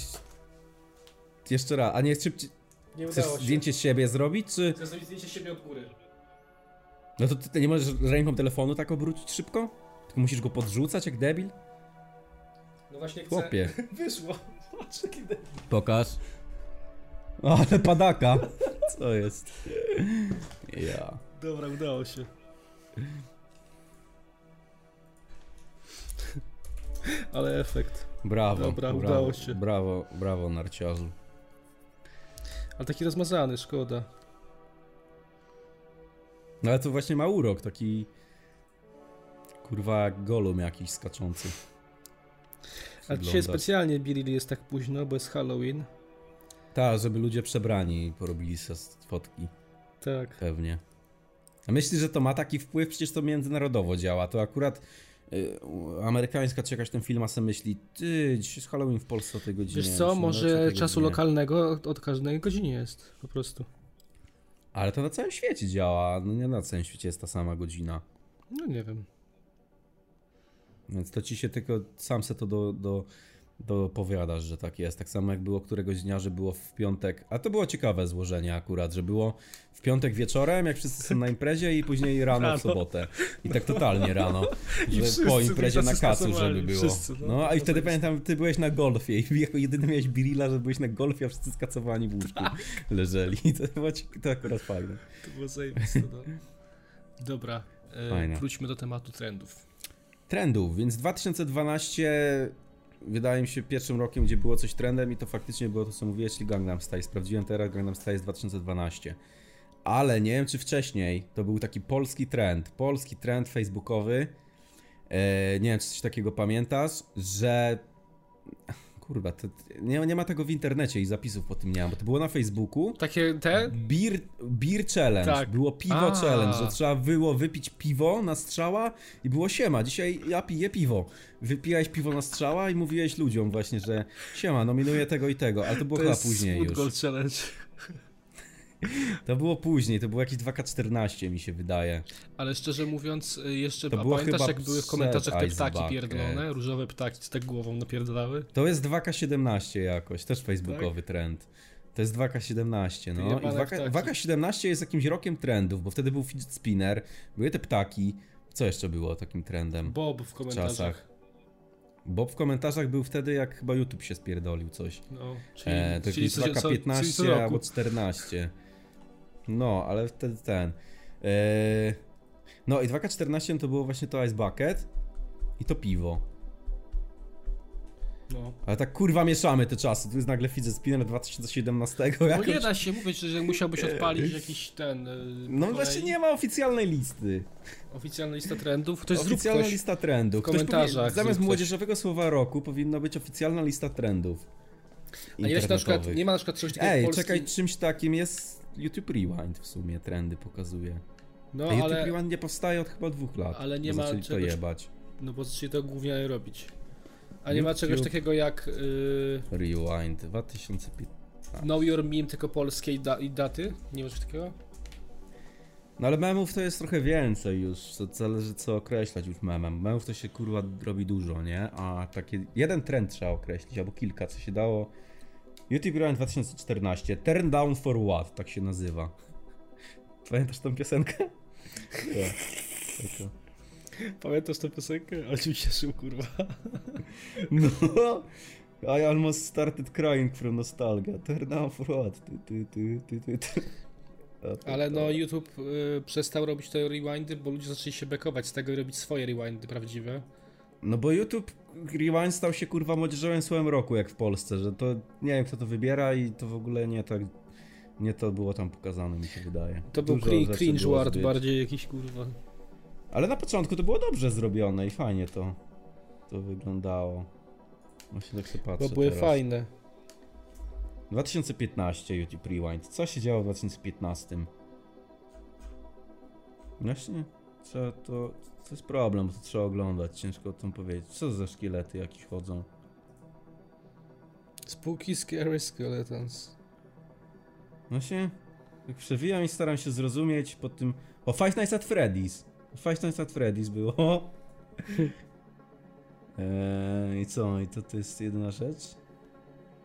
Jeszcze raz, a nie szybciej...
Nie
Chcesz
udało się.
zdjęcie siebie zrobić, czy...
Chcę zrobić zdjęcie siebie od góry.
No to ty ty nie możesz ręką telefonu tak obrócić szybko? Tylko musisz go podrzucać jak debil?
No właśnie chcę...
Chłopie.
Wyszło. Patrz, jaki debil.
Pokaż. Ale padaka. Co jest? Ja.
Dobra, udało się. Ale efekt.
Brawo.
Dobra,
brawo,
udało się.
Brawo, brawo narciarzu.
Ale taki rozmazany, szkoda.
No ale to właśnie ma urok, taki... Kurwa, jak golum jakiś skaczący.
A dzisiaj
Wygląda.
specjalnie Billy jest tak późno, bo jest Halloween.
Tak, żeby ludzie przebrani porobili sobie fotki.
Tak.
Pewnie. A myślisz, że to ma taki wpływ? Przecież to międzynarodowo działa. To akurat y, u- amerykańska czy jakaś tam firma se myśli, ty, dzisiaj jest Halloween w Polsce o tej godzinie.
Wiesz
myślę,
co,
no, o
może
tej
czasu
godzinie.
lokalnego od- od każdej godziny jest, po prostu.
Ale to na całym świecie działa. No nie na całym świecie jest ta sama godzina.
No nie wiem.
Więc to ci się tylko, sam se to do, do, dopowiadasz, że tak jest. Tak samo jak było któregoś dnia, że było w piątek, a to było ciekawe złożenie akurat, że było w piątek wieczorem, jak wszyscy są na imprezie i później rano
Rano.
w sobotę. I tak totalnie rano,
I
że
wszyscy
po imprezie
tacy
na kacu,
skasowani,
żeby było.
wszyscy, no,
No a i
to
wtedy
jest.
pamiętam, ty byłeś na golfie i jako jedyny miałeś birilla, że byłeś na golfie, a wszyscy skacowani w łóżku
Tak.
leżeli. I to, było, ci- to akurat fajne.
To było zajebiste, no. Dobra, e,
Fajne.
wróćmy do tematu trendów.
trendów, więc 2012 wydaje mi się pierwszym rokiem, gdzie było coś trendem i to faktycznie było to, co mówiłeś, czyli Gangnam Style. Sprawdziłem teraz, Gangnam Style jest 2012. Ale nie wiem, czy wcześniej to był taki polski trend, polski trend facebookowy, e, nie wiem, czy coś takiego pamiętasz, że... Kurwa, to, nie, nie ma tego w internecie i zapisów po tym nie ma, bo to było na Facebooku.
Takie te?
Beer, beer challenge,
Tak.
było piwo
A.
challenge, że trzeba było wypić piwo na strzała i było siema, dzisiaj ja piję piwo. Wypijałeś piwo na strzała i mówiłeś ludziom właśnie, że siema, nominuję tego i tego, ale to było
To
chyba
jest
później
Food
już.
Gold Challenge.
To było później, to było jakieś 2K14 mi się wydaje.
Ale szczerze mówiąc, y, jeszcze
To
a
było
pamiętasz
chyba
jak były w
przed
komentarzach te
Ice
ptaki
Bucket.
pierdolone, różowe ptaki, co tak głową napierdalały?
To jest 2K17 jakoś, też facebookowy trend. To jest 2K17,
Ty
no. I
Tak. jebane
2K,
ptaki.
2K17 jest jakimś rokiem trendów, bo wtedy był fidget spinner, były te ptaki. Co jeszcze było takim trendem?
Bob w komentarzach.
czasach. Bob w komentarzach był wtedy, jak chyba YouTube się spierdolił coś.
No, czyli,
E, to
czyli
jakieś
co- co- czyli co
2K15
roku.
albo 14. No, ale wtedy ten. E, no i 2K14 to było właśnie to Ice Bucket i to piwo.
No.
Ale tak kurwa mieszamy te czasy. Tu jest nagle Fidget Spinner 2017
Bo
jakoś.
No nie da się mówić, że musiałbyś odpalić jakiś ten. y,
No
kolej-
właśnie nie ma oficjalnej listy.
Oficjalna lista trendów. To jest zrób
oficjalna
coś.
lista trendów.
w
Ktoś powie-
komentarzach
Zamiast
zrób coś.
młodzieżowego słowa roku powinna być oficjalna lista trendów.
A nie, da się na przykład,
internetowych.
nie ma na przykład czegoś takiego.
Ej,
jak polski...
czekaj, czymś takim jest YouTube Rewind w sumie, trendy pokazuje.
No
A YouTube
ale,
Rewind nie powstaje od chyba dwóch lat.
Ale nie
bo
ma
zaczęli to
czegoś-
jebać.
no bo się to głównie robić. A nie ma
YouTube.
czegoś takiego jak y,
Rewind 2015.
Know Your Meme, tylko polskiej da- i daty? Nie ma czegoś takiego?
No ale memów to jest trochę więcej już, to zależy co określać już memem. Memów to się kurwa robi dużo, nie? A takie jeden trend trzeba określić, albo kilka, co się dało. YouTube Rewind 2014, Turn Down For What, tak się nazywa. Pamiętasz tą piosenkę? Tak. Taka.
Pamiętasz tę piosenkę? Ale mi się szył, kurwa.
No. I almost started crying from nostalgia. Turn down for what? Ty, ty, ty, ty, ty, ty. A to-
Ale no YouTube y, przestał robić te rewindy, bo ludzie zaczęli się bekować z tego i robić swoje rewindy prawdziwe.
No bo YouTube Rewind stał się kurwa młodzieżowym słowem roku, jak w Polsce, że to nie wiem kto to wybiera i to w ogóle nie tak. Nie to było tam pokazane, mi się wydaje.
To był
Dużo
cringe,
rzeczy
cringe
było
ward
zbyt.
bardziej jakiś, kurwa.
Ale na początku to było dobrze zrobione i fajnie to, to wyglądało. Właśnie tak się patrzę
Bo były
teraz.
fajne.
2015 YouTube Rewind. Co się działo w 2015? Właśnie, co to... To jest problem, bo to trzeba oglądać, ciężko o tym powiedzieć. Co za szkielety jakieś chodzą?
Spółki Scary Skeletons.
Właśnie, tak No przewijam i staram się zrozumieć pod tym... O, Five Nights at Freddy's! Five Nights at Freddy's było. Eee, I co? I to, to jest jedyna rzecz?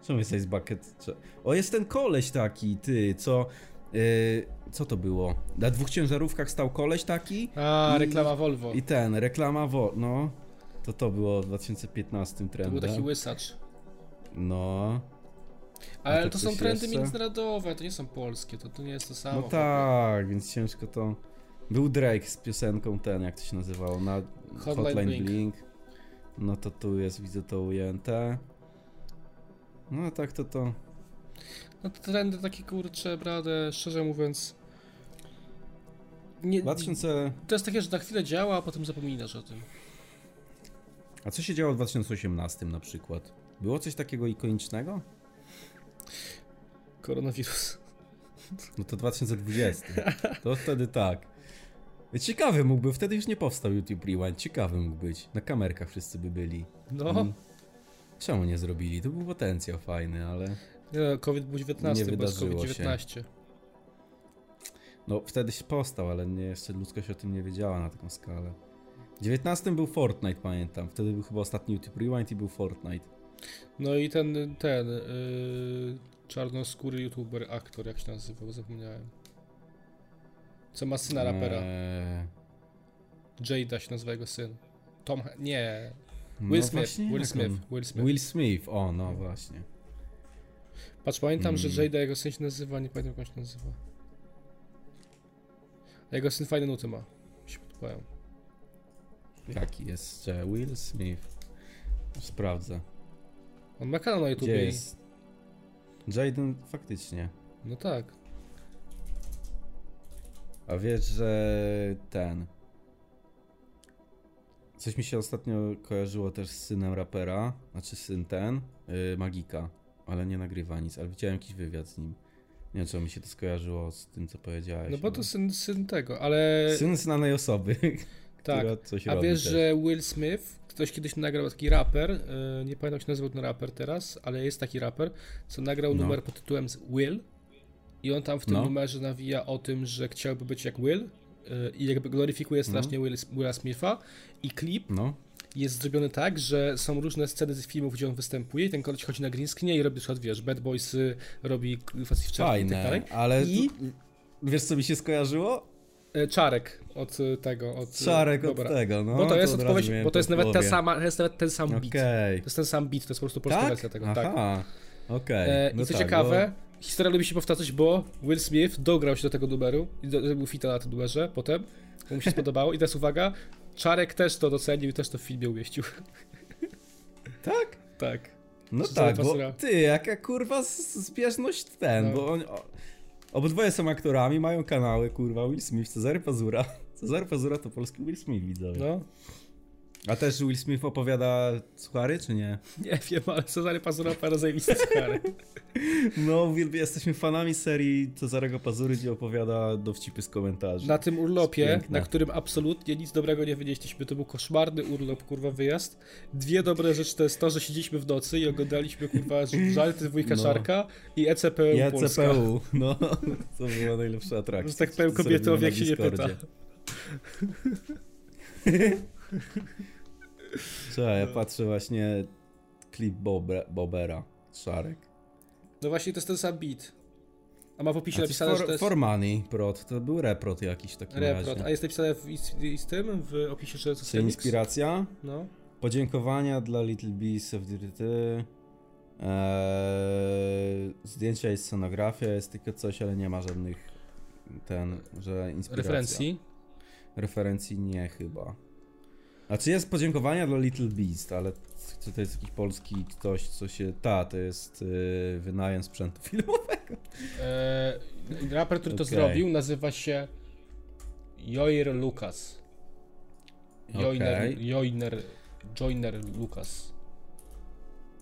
Czemu jest Ice Bucket? Cze- O, jest ten koleś taki, ty, co... Yy, co to było? Na dwóch ciężarówkach stał koleś taki
A,
I-
reklama Volvo.
i ten, reklama wo... no... To to było w 2015
To był
trendem.
taki łysacz.
No... A
Ale
to
to, są
coś
trendy
jeszcze?
międzynarodowe, to nie są polskie, to, to nie jest to samo.
No tak, więc ciężko to... Był Drake z piosenką ten, jak to się nazywało, na Hotline,
Hotline
Bling.
Bling.
No to tu jest, widzę to ujęte. No tak to to...
No to trendy takie kurcze, brade, szczerze mówiąc. Nie,
2000...
To jest takie, że na chwilę działa, a potem zapominasz o tym.
A co się działo w 2018 na przykład? Było coś takiego ikonicznego?
Koronawirus.
No to 2020. To wtedy tak. Ciekawy mógłby, wtedy już nie powstał YouTube Rewind. Ciekawy mógł być. Na kamerkach wszyscy by byli.
No,
Mm. Czemu nie zrobili? To był potencjał fajny, ale.
nie, no, COVID był 19,
Nie
bo jest
wydarzyło
COVID-19.
No wtedy się powstał, ale nie, jeszcze ludzkość o tym nie wiedziała na taką skalę. W 19 był Fortnite, pamiętam. Wtedy był chyba ostatni YouTube Rewind i był Fortnite.
No i ten, ten, yy, czarnoskóry youtuber, aktor, jak się nazywał, zapomniałem. Co ma
E.
syna rapera?
Eee,
Jada się nazywa jego syn. Tom, nie,
no
Will Smith,
właśnie,
Will
jak on-
Smith, Will Smith.
Will Smith, o no właśnie.
Patrz, pamiętam,
Mm.
że Jada jego syn się nazywa, nie pamiętam jak on się nazywa. A Jego syn fajne nuty ma, mi się podobają.
Jaki jest e, Will Smith? Sprawdzę.
On ma kanał na
Gdzie
YouTubie. i-
jest? Jaden faktycznie.
No tak.
A wiesz, że ten. Coś mi się ostatnio kojarzyło też z synem rapera, znaczy syn ten, yy, Magika, ale nie nagrywa nic, ale widziałem jakiś wywiad z nim. Nie wiem, czemu mi się to skojarzyło z tym, co powiedziałeś.
No bo to
ale-
syn, syn tego, ale
Syn znanej osoby,
tak.
która coś
A
robi
wiesz,
też.
że Will Smith, ktoś kiedyś nagrał taki raper, yy, nie pamiętam jak się nazywał ten raper teraz, ale jest taki raper, co nagrał
No.
numer pod tytułem z Will i on tam w tym
No.
numerze nawija o tym, że chciałby być jak Will yy, i jakby gloryfikuje strasznie Will, Willa Smitha i klip
No,
jest zrobiony tak, że są różne sceny z filmów, gdzie on występuje i ten koleś chodzi na green screenie i robi na przykład, wiesz, Bad Boys, y, robi Fast w czarnym i tak dalej.
fajne, ale
I-
tu- wiesz, co mi się skojarzyło?
E, Czarek od y, tego, od y,
Szarek od
Bobra.
tego, no.
bo to jest
od razu
odpowiedź,
miałem
bo to jest
w
nawet, ta
głowie.
sama, to jest nawet ten sam beat.
Okej.
To jest ten sam beat, to jest po prostu polska
Tak?
wersja tego. Tak.
Aha, okej.
E,
No
I co
tak,
ciekawe, historia lubi się powtarzać, bo Will Smith dograł się do tego numeru i do- zrobił fita na tym numerze potem, bo mu się spodobało. I teraz uwaga, Czarek też to docenił i też to w filmie umieścił.
bo- Tak?
tak.
No
Czy
tak,
cała
bo
pasura?
ty, jaka kurwa z- zbieżność ten,
No.
bo on, o, obydwoje są aktorami, mają kanały, kurwa, Will Smith, Cezary Pazura. Cezary Pazura to polski Will Smith, widzowie.
No,
A też Will Smith opowiada suchary, czy nie?
nie wiem, ale Cezary Pazura parę zajebisty suchary.
No, uwielbi- jesteśmy fanami serii Cezarego Pazury, gdzie opowiada dowcipy z komentarzy.
Na tym
Jest
urlopie,
piękne.
na którym absolutnie nic dobrego nie wynieśliśmy, to był koszmarny urlop, kurwa, wyjazd. Dwie dobre rzeczy to jest to, że siedzieliśmy w nocy i oglądaliśmy, kurwa, żalty dwójka
No. E
Szarka i E ECPU
ja
Polska.
CPU, no, to była najlepsza atrakcja.
Że tak powiem,
Co robimy
kobietowi,
na
jak się nie pyta.
Discordzie. Cześć, ja
No.
patrzę właśnie klip Bobre, Bobera, Szarek.
No właśnie, to jest ten sam beat. A ma w opisie
A to
napisane,
for,
że to jest
for money prot, to był reprot jakiś w takim
reprot,
razie.
a jest napisane w, i z, i z tym, w opisie, że to jest
Czy
remix.
inspiracja?
No.
Podziękowania dla Little Beast of DDT. Eee, zdjęcia jest scenografia, jest tylko coś, ale nie ma żadnych ten, że inspiracja.
Referencji.
Referencji nie chyba. A czy jest podziękowania dla Little Beast, ale czy to jest jakiś polski ktoś, co się... Ta, to jest yy, wynajem sprzętu filmowego.
E, raper, który to
Okej.
zrobił, nazywa się Joir Lucas. Joiner,
Okej.
Joiner, Joiner Lucas.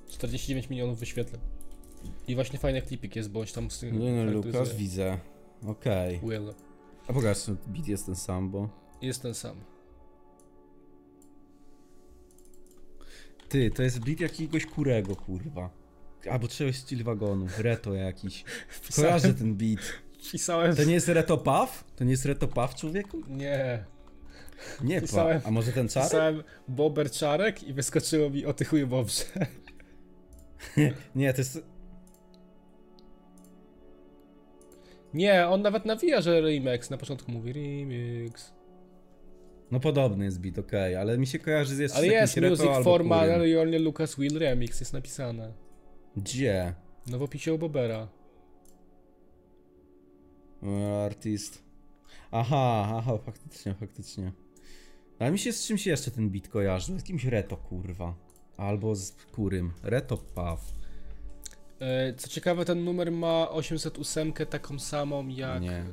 49 milionów wyświetleń. I właśnie fajny klipik jest, bo on się tam z tym
Lionel
charakteryzuje.
Lucas, no, widzę. Okej.
Will.
A pokaż, beat jest ten sam, bo...
Jest ten sam.
Ty, to jest beat jakiegoś kurego, kurwa. Albo czegoś z Steel Wagonu, reto jakiś. Kojarzę ten beat.
Pisałem...
To nie jest reto Puff? To nie jest reto Puff, człowieku?
Nie.
Nie,
Pisałem-
pa. A może ten czar?
Pisałem Bober Czarek i wyskoczyło mi o ty chuj Bobrze.
Nie, to jest...
Nie, on nawet nawija, że remix. Na początku mówi remix.
No podobny jest beat, okej, ale mi się kojarzy z jeszcze
Ale
z jakimś
jest music
reto albo
for
kurym.
Lionel Lucas Will Remix, jest napisane.
Gdzie?
No w opisie u Bobera.
E, Artist. Aha, aha, faktycznie, faktycznie. Ale mi się z czymś jeszcze ten beat kojarzy. Z kimś reto, kurwa. Albo z kurym. Reto paw.
E, Co ciekawe, ten numer ma 808 taką samą jak.
Nie.
e,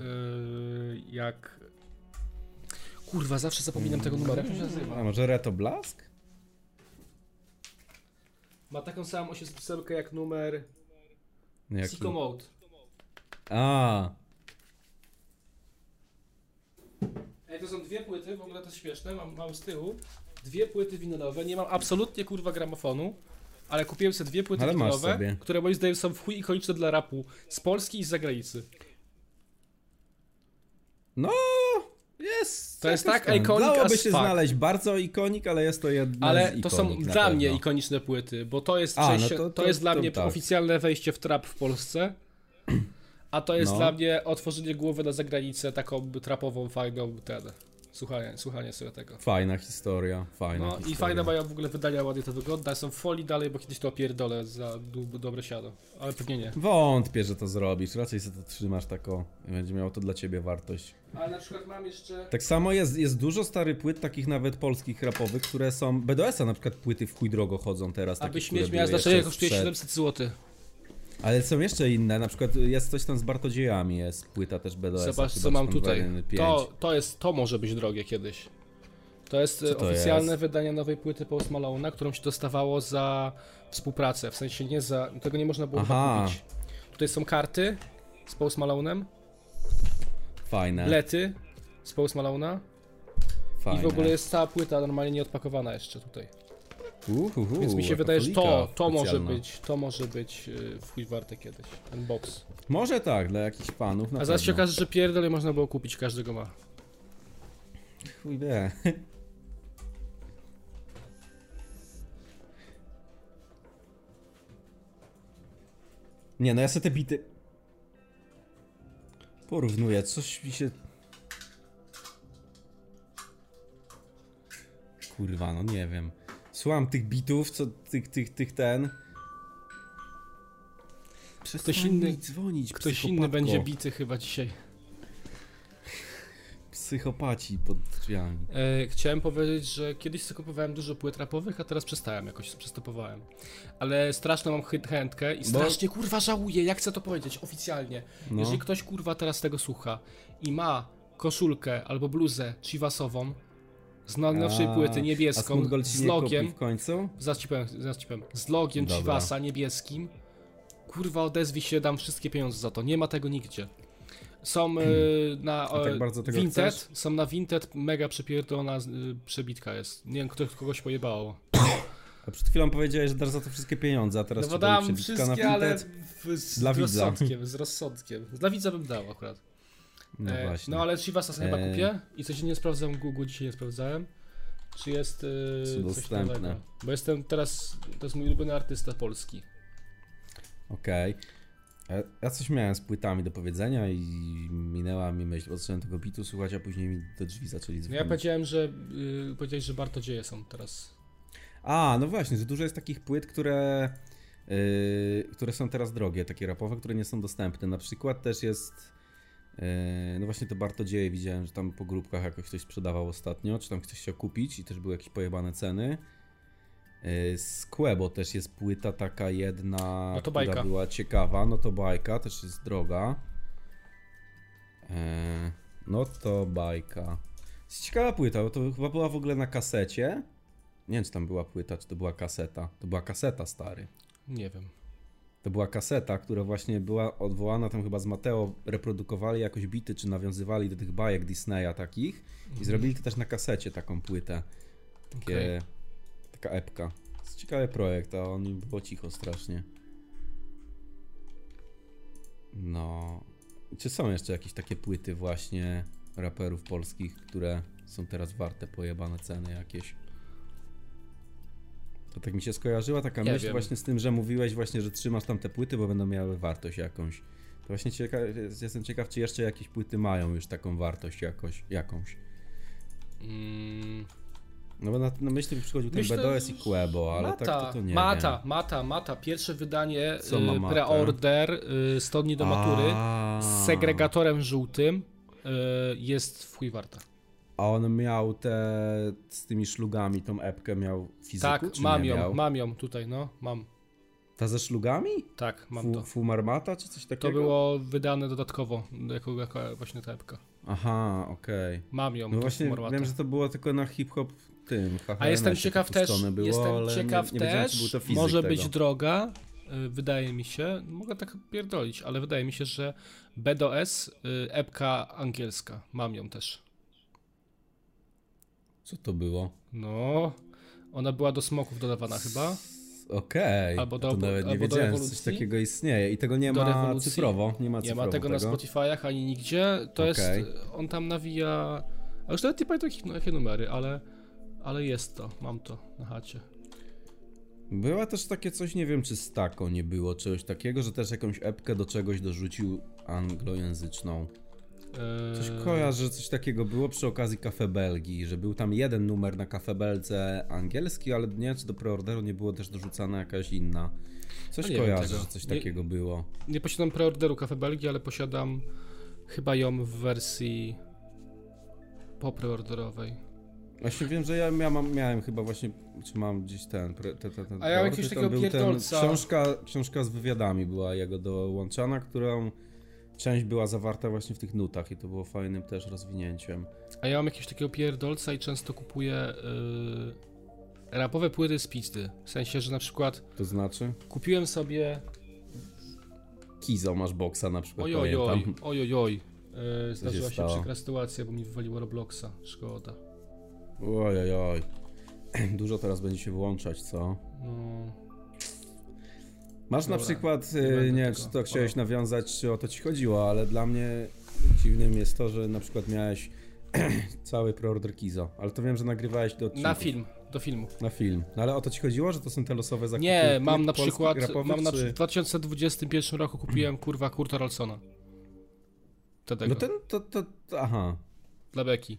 jak. Kurwa, zawsze zapominam tego numeru. Jak to się
A
nazywa?
może reto blask?
Ma taką samą 808 jak numer
Nie, jaki-
Sicko Mode.
A,
Ej, to są dwie płyty, w ogóle to jest śmieszne, mam, mam z tyłu dwie płyty winylowe, nie mam absolutnie kurwa gramofonu, ale kupiłem sobie dwie płyty
Ale masz
winylowe,
sobie.
które moim zdaniem są w chuj ikoniczne dla rapu z Polski i z zagranicy.
no. Jest.
To jest
jakoś
tak
tam.
iconic
Dałoby
as
się
fuck.
znaleźć bardzo ikonik, ale jest to jedna z
Ale to
ikonik
są
na
dla mnie
pewno.
ikoniczne płyty, bo to jest,
A,
część,
no
to,
to- to-
jest dla
to
mnie
tak.
oficjalne wejście w trap w Polsce, a to jest
No.
dla mnie otworzenie głowy na zagranicę taką trapową, fajną, ten, słuchanie, słuchanie sobie tego.
Fajna historia, fajna.
No
historia.
i fajne mają w ogóle wydania, ładnie to wygląda, są w folii dalej, bo kiedyś to opierdolę za du- dobre siado, ale pewnie nie.
Wątpię, że to zrobisz. Raczej sobie to trzymasz tako. Będzie miało to dla ciebie wartość.
Ale na przykład mam jeszcze...
Tak samo jest, jest dużo starych płyt, takich nawet polskich rapowych, które są. BDS-a na przykład płyty w chuj drogo chodzą teraz.
Aby
takie,
śmieć
które
miała
były
znaczenie,
jeszcze
kosztuje
sprzed.
700 zł.
Ale są jeszcze inne, na przykład jest coś tam z Bartodziejami, jest płyta też BDS.
Zobacz co mam tutaj. To, to jest, to może być drogie kiedyś. To jest e,
to
oficjalne
jest?
wydanie nowej płyty Post Malone'a, którą się dostawało za współpracę, w sensie nie za... tego nie można było
Aha.
kupić. Tutaj są karty z Post Malone'em,
Fajne.
lety z Post Malone'a i
fajne.
w ogóle jest cała płyta normalnie nieodpakowana jeszcze tutaj.
Uhuhu,
Więc mi się wydaje, że to,
katolika
to może
specjalna.
być, to może być e, w chuj warte kiedyś, ten box.
Może tak, dla jakichś panów. Na
A zaraz się
pewno.
okaże, że pierdolę można było kupić, każdego ma.
Chuj wie. Nie, no ja sobie te bity. Porównuję, coś mi się. Kurwa, no nie wiem. Słucham tych bitów, co tych, tych, tych ten. Przestań
Ktoś inny-
mi dzwonić.
Ktoś inny
psychopatko.
będzie bity chyba dzisiaj.
Psychopaci pod drzwiami.
E, Chciałem powiedzieć, że kiedyś sobie kupowałem dużo płyt rapowych, a teraz przestałem, jakoś przestopowałem. Ale straszną mam chy- chętkę i
Bo-
strasznie kurwa żałuję, jak chcę to powiedzieć oficjalnie.
No.
Jeżeli ktoś kurwa teraz tego słucha i ma koszulkę albo bluzę chivasową z najnowszej
A,
No, płyty
a
niebieską,
Smooth Gold ci
z
nie kupił
logiem,
w końcu?
zaraz ci powiem, zaraz ci powiem, z logiem
Dobra.
Chivasa niebieskim, kurwa odezwij się, dam wszystkie pieniądze za to, nie ma tego nigdzie. Są e, na
A tak
e,
bardzo tego
Vinted, są na Vinted mega przepierdolona z- y, przebitka jest. Nie wiem, kto kogoś pojebało.
A przed chwilą powiedziałeś, że dasz za to wszystkie pieniądze, a teraz
No bo
ci powiem
dam
przebitka
wszystkie, ale
Vinted.
w, z
Dla widza.
rozsądkiem, z rozsądkiem. Dla widza bym dał akurat.
No
E,
właśnie.
no ale Chivasa sobie chyba
E.
kupię i coś nie sprawdzam Google, dzisiaj nie sprawdzałem. Czy jest y,
Czy
coś
dostępne.
nowego. Bo jestem teraz, to jest mój ulubiony artysta polski.
Okej. E, Ja coś miałem z płytami do powiedzenia i minęła mi myśl. Bo Zacząłem tego bitu słuchać, a później mi do drzwi zaczęli
No ja
dzwonić.
powiedziałem, że y, powiedziałeś, że Bartodzieje są teraz.
A, no właśnie, że dużo jest takich płyt, które, yy, które są teraz drogie, takie rapowe, które nie są dostępne. Na przykład też jest, yy, no właśnie to Bartodzieje widziałem, że tam po grupkach jakoś ktoś sprzedawał ostatnio, czy tam ktoś chciał kupić i też były jakieś pojebane ceny. Yy, Z Quebo też jest płyta taka jedna,
No to bajka.
która była ciekawa, no to bajka, też jest droga. Yy, no to bajka. Jest ciekawa płyta, bo to chyba była w ogóle na kasecie. Nie wiem, czy tam była płyta, czy to była kaseta. To była kaseta, stary.
Nie wiem.
To była kaseta, która właśnie była odwołana tam chyba z Mateo, reprodukowali jakoś bity, czy nawiązywali do tych bajek Disneya takich i zrobili to też na kasecie taką płytę. Takie,
Okej.
Taka epka. To jest ciekawy projekt, a on im było cicho strasznie. No. Czy są jeszcze jakieś takie płyty właśnie raperów polskich, które są teraz warte pojebane ceny jakieś? To tak mi się skojarzyła taka
Nie
myśl
wiem.
właśnie z tym, że mówiłeś właśnie, że trzymasz tam te płyty, bo będą miały wartość jakąś. To właśnie cieka- jestem ciekaw, czy jeszcze jakieś płyty mają już taką wartość jakoś, jakąś.
Mm,
No bo na, na myśli mi przychodził ten
Myślę,
BDS i Quebo, ale
Mata,
tak to, to nie
Mata,
wiem.
Mata, Mata. Pierwsze wydanie,
Co ma
y,
Mata?
preorder y, 100 dni do matury
A.
z segregatorem żółtym y, jest w chuj warta.
A on miał te z tymi szlugami, tą epkę miał fizyku,
Tak,
czy
mam
nie
ją,
miał?
mam ją tutaj, no, mam.
Ta ze szlugami?
Tak, mam
Fu,
to.
fumarmata czy coś takiego?
To było wydane dodatkowo, jako, jako właśnie ta epka.
Aha, okej.
Mam ją,
No
tą
właśnie
Morwatę.
wiem, że to było tylko na hip-hop tym. HHNS-ie
jestem ciekaw też,
puszczone było,
jestem
ale
ciekaw
nie, nie wiedziałem, czy
też,
był to fizyk
może
tego.
być droga, y, wydaje mi się, mogę tak pierdolić, ale wydaje mi się, że BDOS, y, epka angielska, mam ją też.
Co to było?
No, ona była do smoków dodawana chyba.
Okej,
Albo do-
to nawet nie
albo do
wiedziałem, że coś
rewolucji?
takiego istnieje i tego nie
Do
ma
rewolucji?
cyfrowo, nie ma cyfrowo
Nie ma tego na Spotify'ach ani nigdzie, to jest,
Okej.
y, on tam nawija, a już nawet nie pamiętam jakich- no, jakie numery, ale, ale jest to, mam to na chacie.
Była też takie coś, nie wiem czy z taką nie było, czegoś takiego, że też jakąś epkę do czegoś dorzucił anglojęzyczną.
Y,
Coś kojarzę, że coś takiego było przy okazji Cafe Belgii, że był tam jeden numer na Cafe Belce angielski, ale nie wiem czy do preorderu nie było też dorzucana jakaś inna. Coś
No nie wiem
kojarzę,
tego.
że coś
Nie-
takiego było.
Nie posiadam preorderu Cafe Belgii, ale posiadam chyba ją w wersji popreorderowej.
Właśnie wiem, że ja miałem, miałem chyba właśnie, czy mam gdzieś ten, pre, te, te, ten
A ja
preorder,
jakiegoś
tam
takiego
był
pierdolca.
książka, książka z wywiadami była jego dołączana, którą część była zawarta właśnie w tych nutach i to było fajnym też rozwinięciem.
A ja mam jakiegoś takiego pierdolca i często kupuję yy, rapowe płyty z pizdy. W sensie, że na przykład
To znaczy?
kupiłem sobie
Kizo masz boksa na przykład,
ojojoj, ojojoj,
No pamiętam.
ojojoj. Yy, zdarzyła się
stało?
przykra sytuacja, bo mi wywaliło Robloxa. Szkoda.
Ojojoj. Dużo teraz będzie się włączać, co?
No,
Masz na
Dobra,
przykład,
nie
y,
będę
nie, wiem
tego
czy to chciałeś
wolał.
nawiązać, czy o to ci chodziło, ale dla mnie dziwnym jest to, że na przykład miałeś cały preorder Kizo, ale to wiem, że nagrywałeś do odcinków.
na film, do filmu.
Na film. No ale o to ci chodziło, że to są te losowe zakupy?
Nie, mam na
polskich
przykład,
rapowych,
mam na
czy-
przy- w 2021 roku kupiłem kurwa Kurta Rolsona. Tego.
No ten, to, to, to, aha.
dla beki.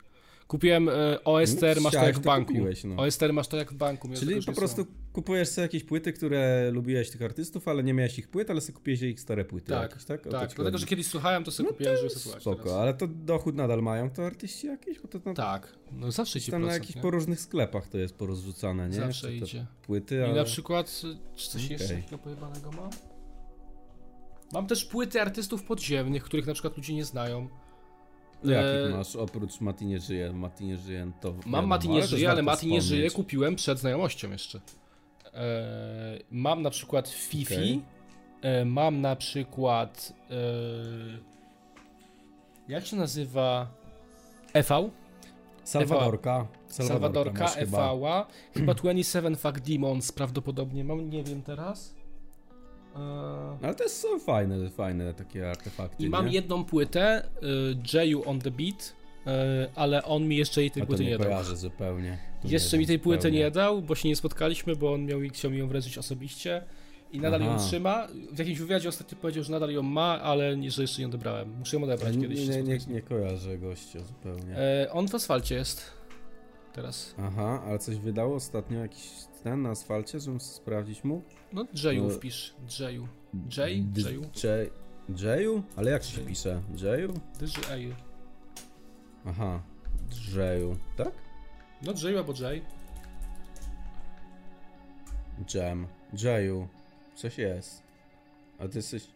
Kupiłem e, OSTR,
No,
masz to
chciałeś,
jak w
to
banku.
kupiłeś, no.
OSTR masz to jak w banku. miałem
Czyli
tylko,
po
że
prostu
są.
kupujesz sobie jakieś płyty, które lubiłeś tych artystów, ale nie miałeś ich płyt, ale sobie kupiłeś ich stare płyty
Tak,
jakieś, tak? O to ci
Tak, dlatego,
chodzi. No
że kiedyś słuchałem, to sobie kupiłem, żeby sobie słuchać
Spoko,
teraz.
ale to dochód nadal mają to artyści jakieś? Bo to tam,
Tak, no zawsze ci
tam na
procent,
jakichś
nie?
po różnych sklepach to jest porozrzucane, nie?
Zawsze
Jeszcze te
idzie.
Płyty,
I
ale...
na przykład, e, czy coś jeszcze
Okej.
takiego pojebanego mam? Mam też płyty artystów podziemnych, których na przykład ludzie nie znają.
No Jakich
e,
masz oprócz Mati nie żyje? Mati nie żyje, to...
Mam
wiadomo,
Mati nie
ale też
żyje, ale
warto
Mati nie
wspomnieć.
żyje kupiłem przed znajomością jeszcze. E, mam na przykład Fifi.
Okej.
E, mam na przykład. E, jak się nazywa? EV?
Salwadorka.
Salwadorka,
masz chyba.
EV-a. Chyba 27 Fuck Demons prawdopodobnie mam, nie wiem teraz. E,
No Ale to są fajne, fajne takie artefakty,
I mam
nie?
jedną płytę, y, Jayu on the Beat, y, ale on mi jeszcze jej tej
A to
płyty
nie,
nie dał.
kojarzę zupełnie. To
Jeszcze
nie
mi tej płyty
zupełnie.
nie dał, bo się nie spotkaliśmy, bo on miał i chciał mi ją wręczyć osobiście i nadal
Aha.
ją trzyma. W jakimś wywiadzie ostatnio powiedział, że nadal ją ma, ale nie- że jeszcze nie odebrałem. Muszę ją odebrać
Nie,
kiedyś. się
nie, nie,
spotkać.
nie kojarzę gościa zupełnie.
E, on w asfalcie jest teraz.
Aha, ale coś wydało ostatnio jakiś ten na asfalcie, żebym sprawdzić mu?
No, Jayu
No.
wpisz. Jayu. Jay?
D-
Jayu?
Jay- Jayu? Ale jak się
Jay.
pisze? Jayu?
Jayu.
Aha, Jayu, tak?
No, Jayu albo Jay.
Jam. Jayu. Coś jest. A ty jesteś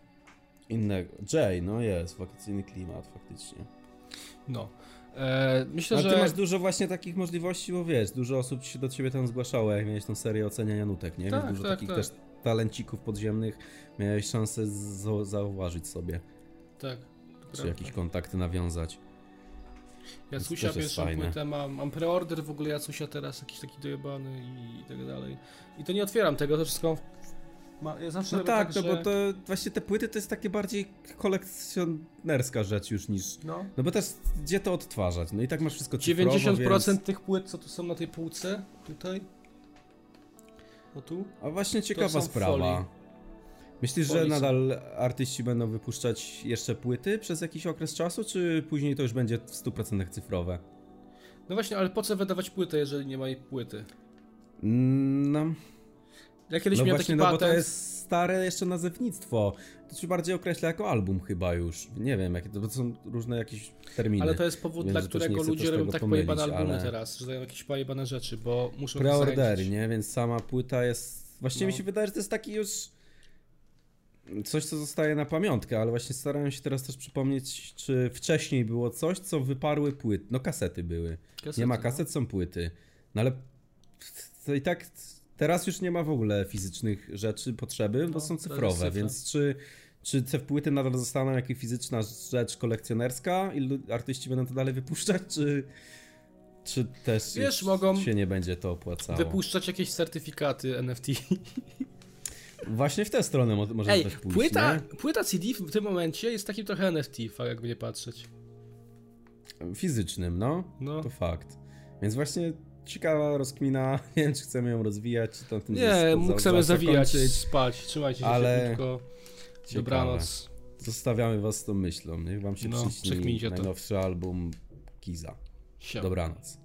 innego. Jay, no jest, wakacyjny klimat faktycznie.
No. E, myślę,
Ale
że...
ty masz dużo właśnie takich możliwości, bo wiesz, dużo osób się do ciebie tam zgłaszało, jak miałeś tą serię oceniania nutek, nie?
Tak,
Więc dużo
tak,
takich
tak.
też talencików podziemnych miałeś szansę z- zauważyć sobie,
Tak.
czy jakieś kontakty nawiązać.
Ja
Więc
Susia
też jest
pierwszą
fajne.
płytę mam, mam preorder w ogóle, ja Susia teraz jakiś taki dojebany i, i tak dalej. I to nie otwieram tego, to wszystko mam w- ma, ja zawsze
No
robię
tak,
tak
no
że...
bo to właśnie te płyty to jest takie bardziej kolekcjonerska rzecz już niż...
No.
No bo też gdzie to odtwarzać? No i tak masz wszystko cyfrowo,
90%
Więc...
tych płyt, co tu są na tej półce, tutaj, no tu,
A właśnie
są
ciekawa sprawa.
folii.
Myślisz, że
Folii są.
nadal artyści będą wypuszczać jeszcze płyty przez jakiś okres czasu, czy później to już będzie w 100% cyfrowe?
No właśnie, ale po co wydawać płytę, jeżeli nie ma jej płyty?
Mm, No,
Ja kiedyś
no
miałem
właśnie, no
taki
bo
patent.
to jest stare jeszcze nazewnictwo. To się bardziej określa jako album chyba już. Nie wiem, jakie, to bo to są różne jakieś terminy.
Ale to jest powód,
Wiem,
dla
że też nie
którego
chcę
ludzie
też
robią
tego
tak
pomylić,
pojebane albumy
ale-
teraz, że dają jakieś pojebane rzeczy, bo muszą to
Preordery,
zajrzeć.
nie? Więc sama płyta jest... Właściwie mi
No.
się wydaje, że to jest taki już... Coś, co zostaje na pamiątkę, ale właśnie starałem się teraz też przypomnieć, czy wcześniej było coś, co wyparły płyt. No kasety były.
Kasety,
Nie ma
no.
kaset, są płyty. No ale to i tak teraz już nie ma w ogóle fizycznych rzeczy, potrzeby,
No,
bo są
to jest
cyfrowe,
cyfra.
więc czy, czy te płyty nadal zostaną jako fizyczna rzecz kolekcjonerska i lu- artyści będą to dalej wypuszczać, czy, czy też
Wiesz,
już
mogą
się nie będzie to opłacało?
Wypuszczać jakieś certyfikaty NFT.
Właśnie w tę stronę mo- może
Ej,
też pójść,
płyta,
nie?
płyta CD w tym momencie jest takim trochę NFT, fa- jakby nie patrzeć.
Fizycznym, no.
No.
To fakt. Więc właśnie ciekawa rozkmina, nie wiem, czy chcemy ją rozwijać, czy to ten
Nie,
zespół za-
mógł chcemy zawijać,
zakończyć.
spać, trzymajcie się
ale-
cieplutko.
Ciekawe.
Dobranoc.
Zostawiamy was z tą myślą. Niech wam się
No,
przyśni
przekmincie to. Tak.
najnowszy album Kiza.
Siema.
Dobranoc.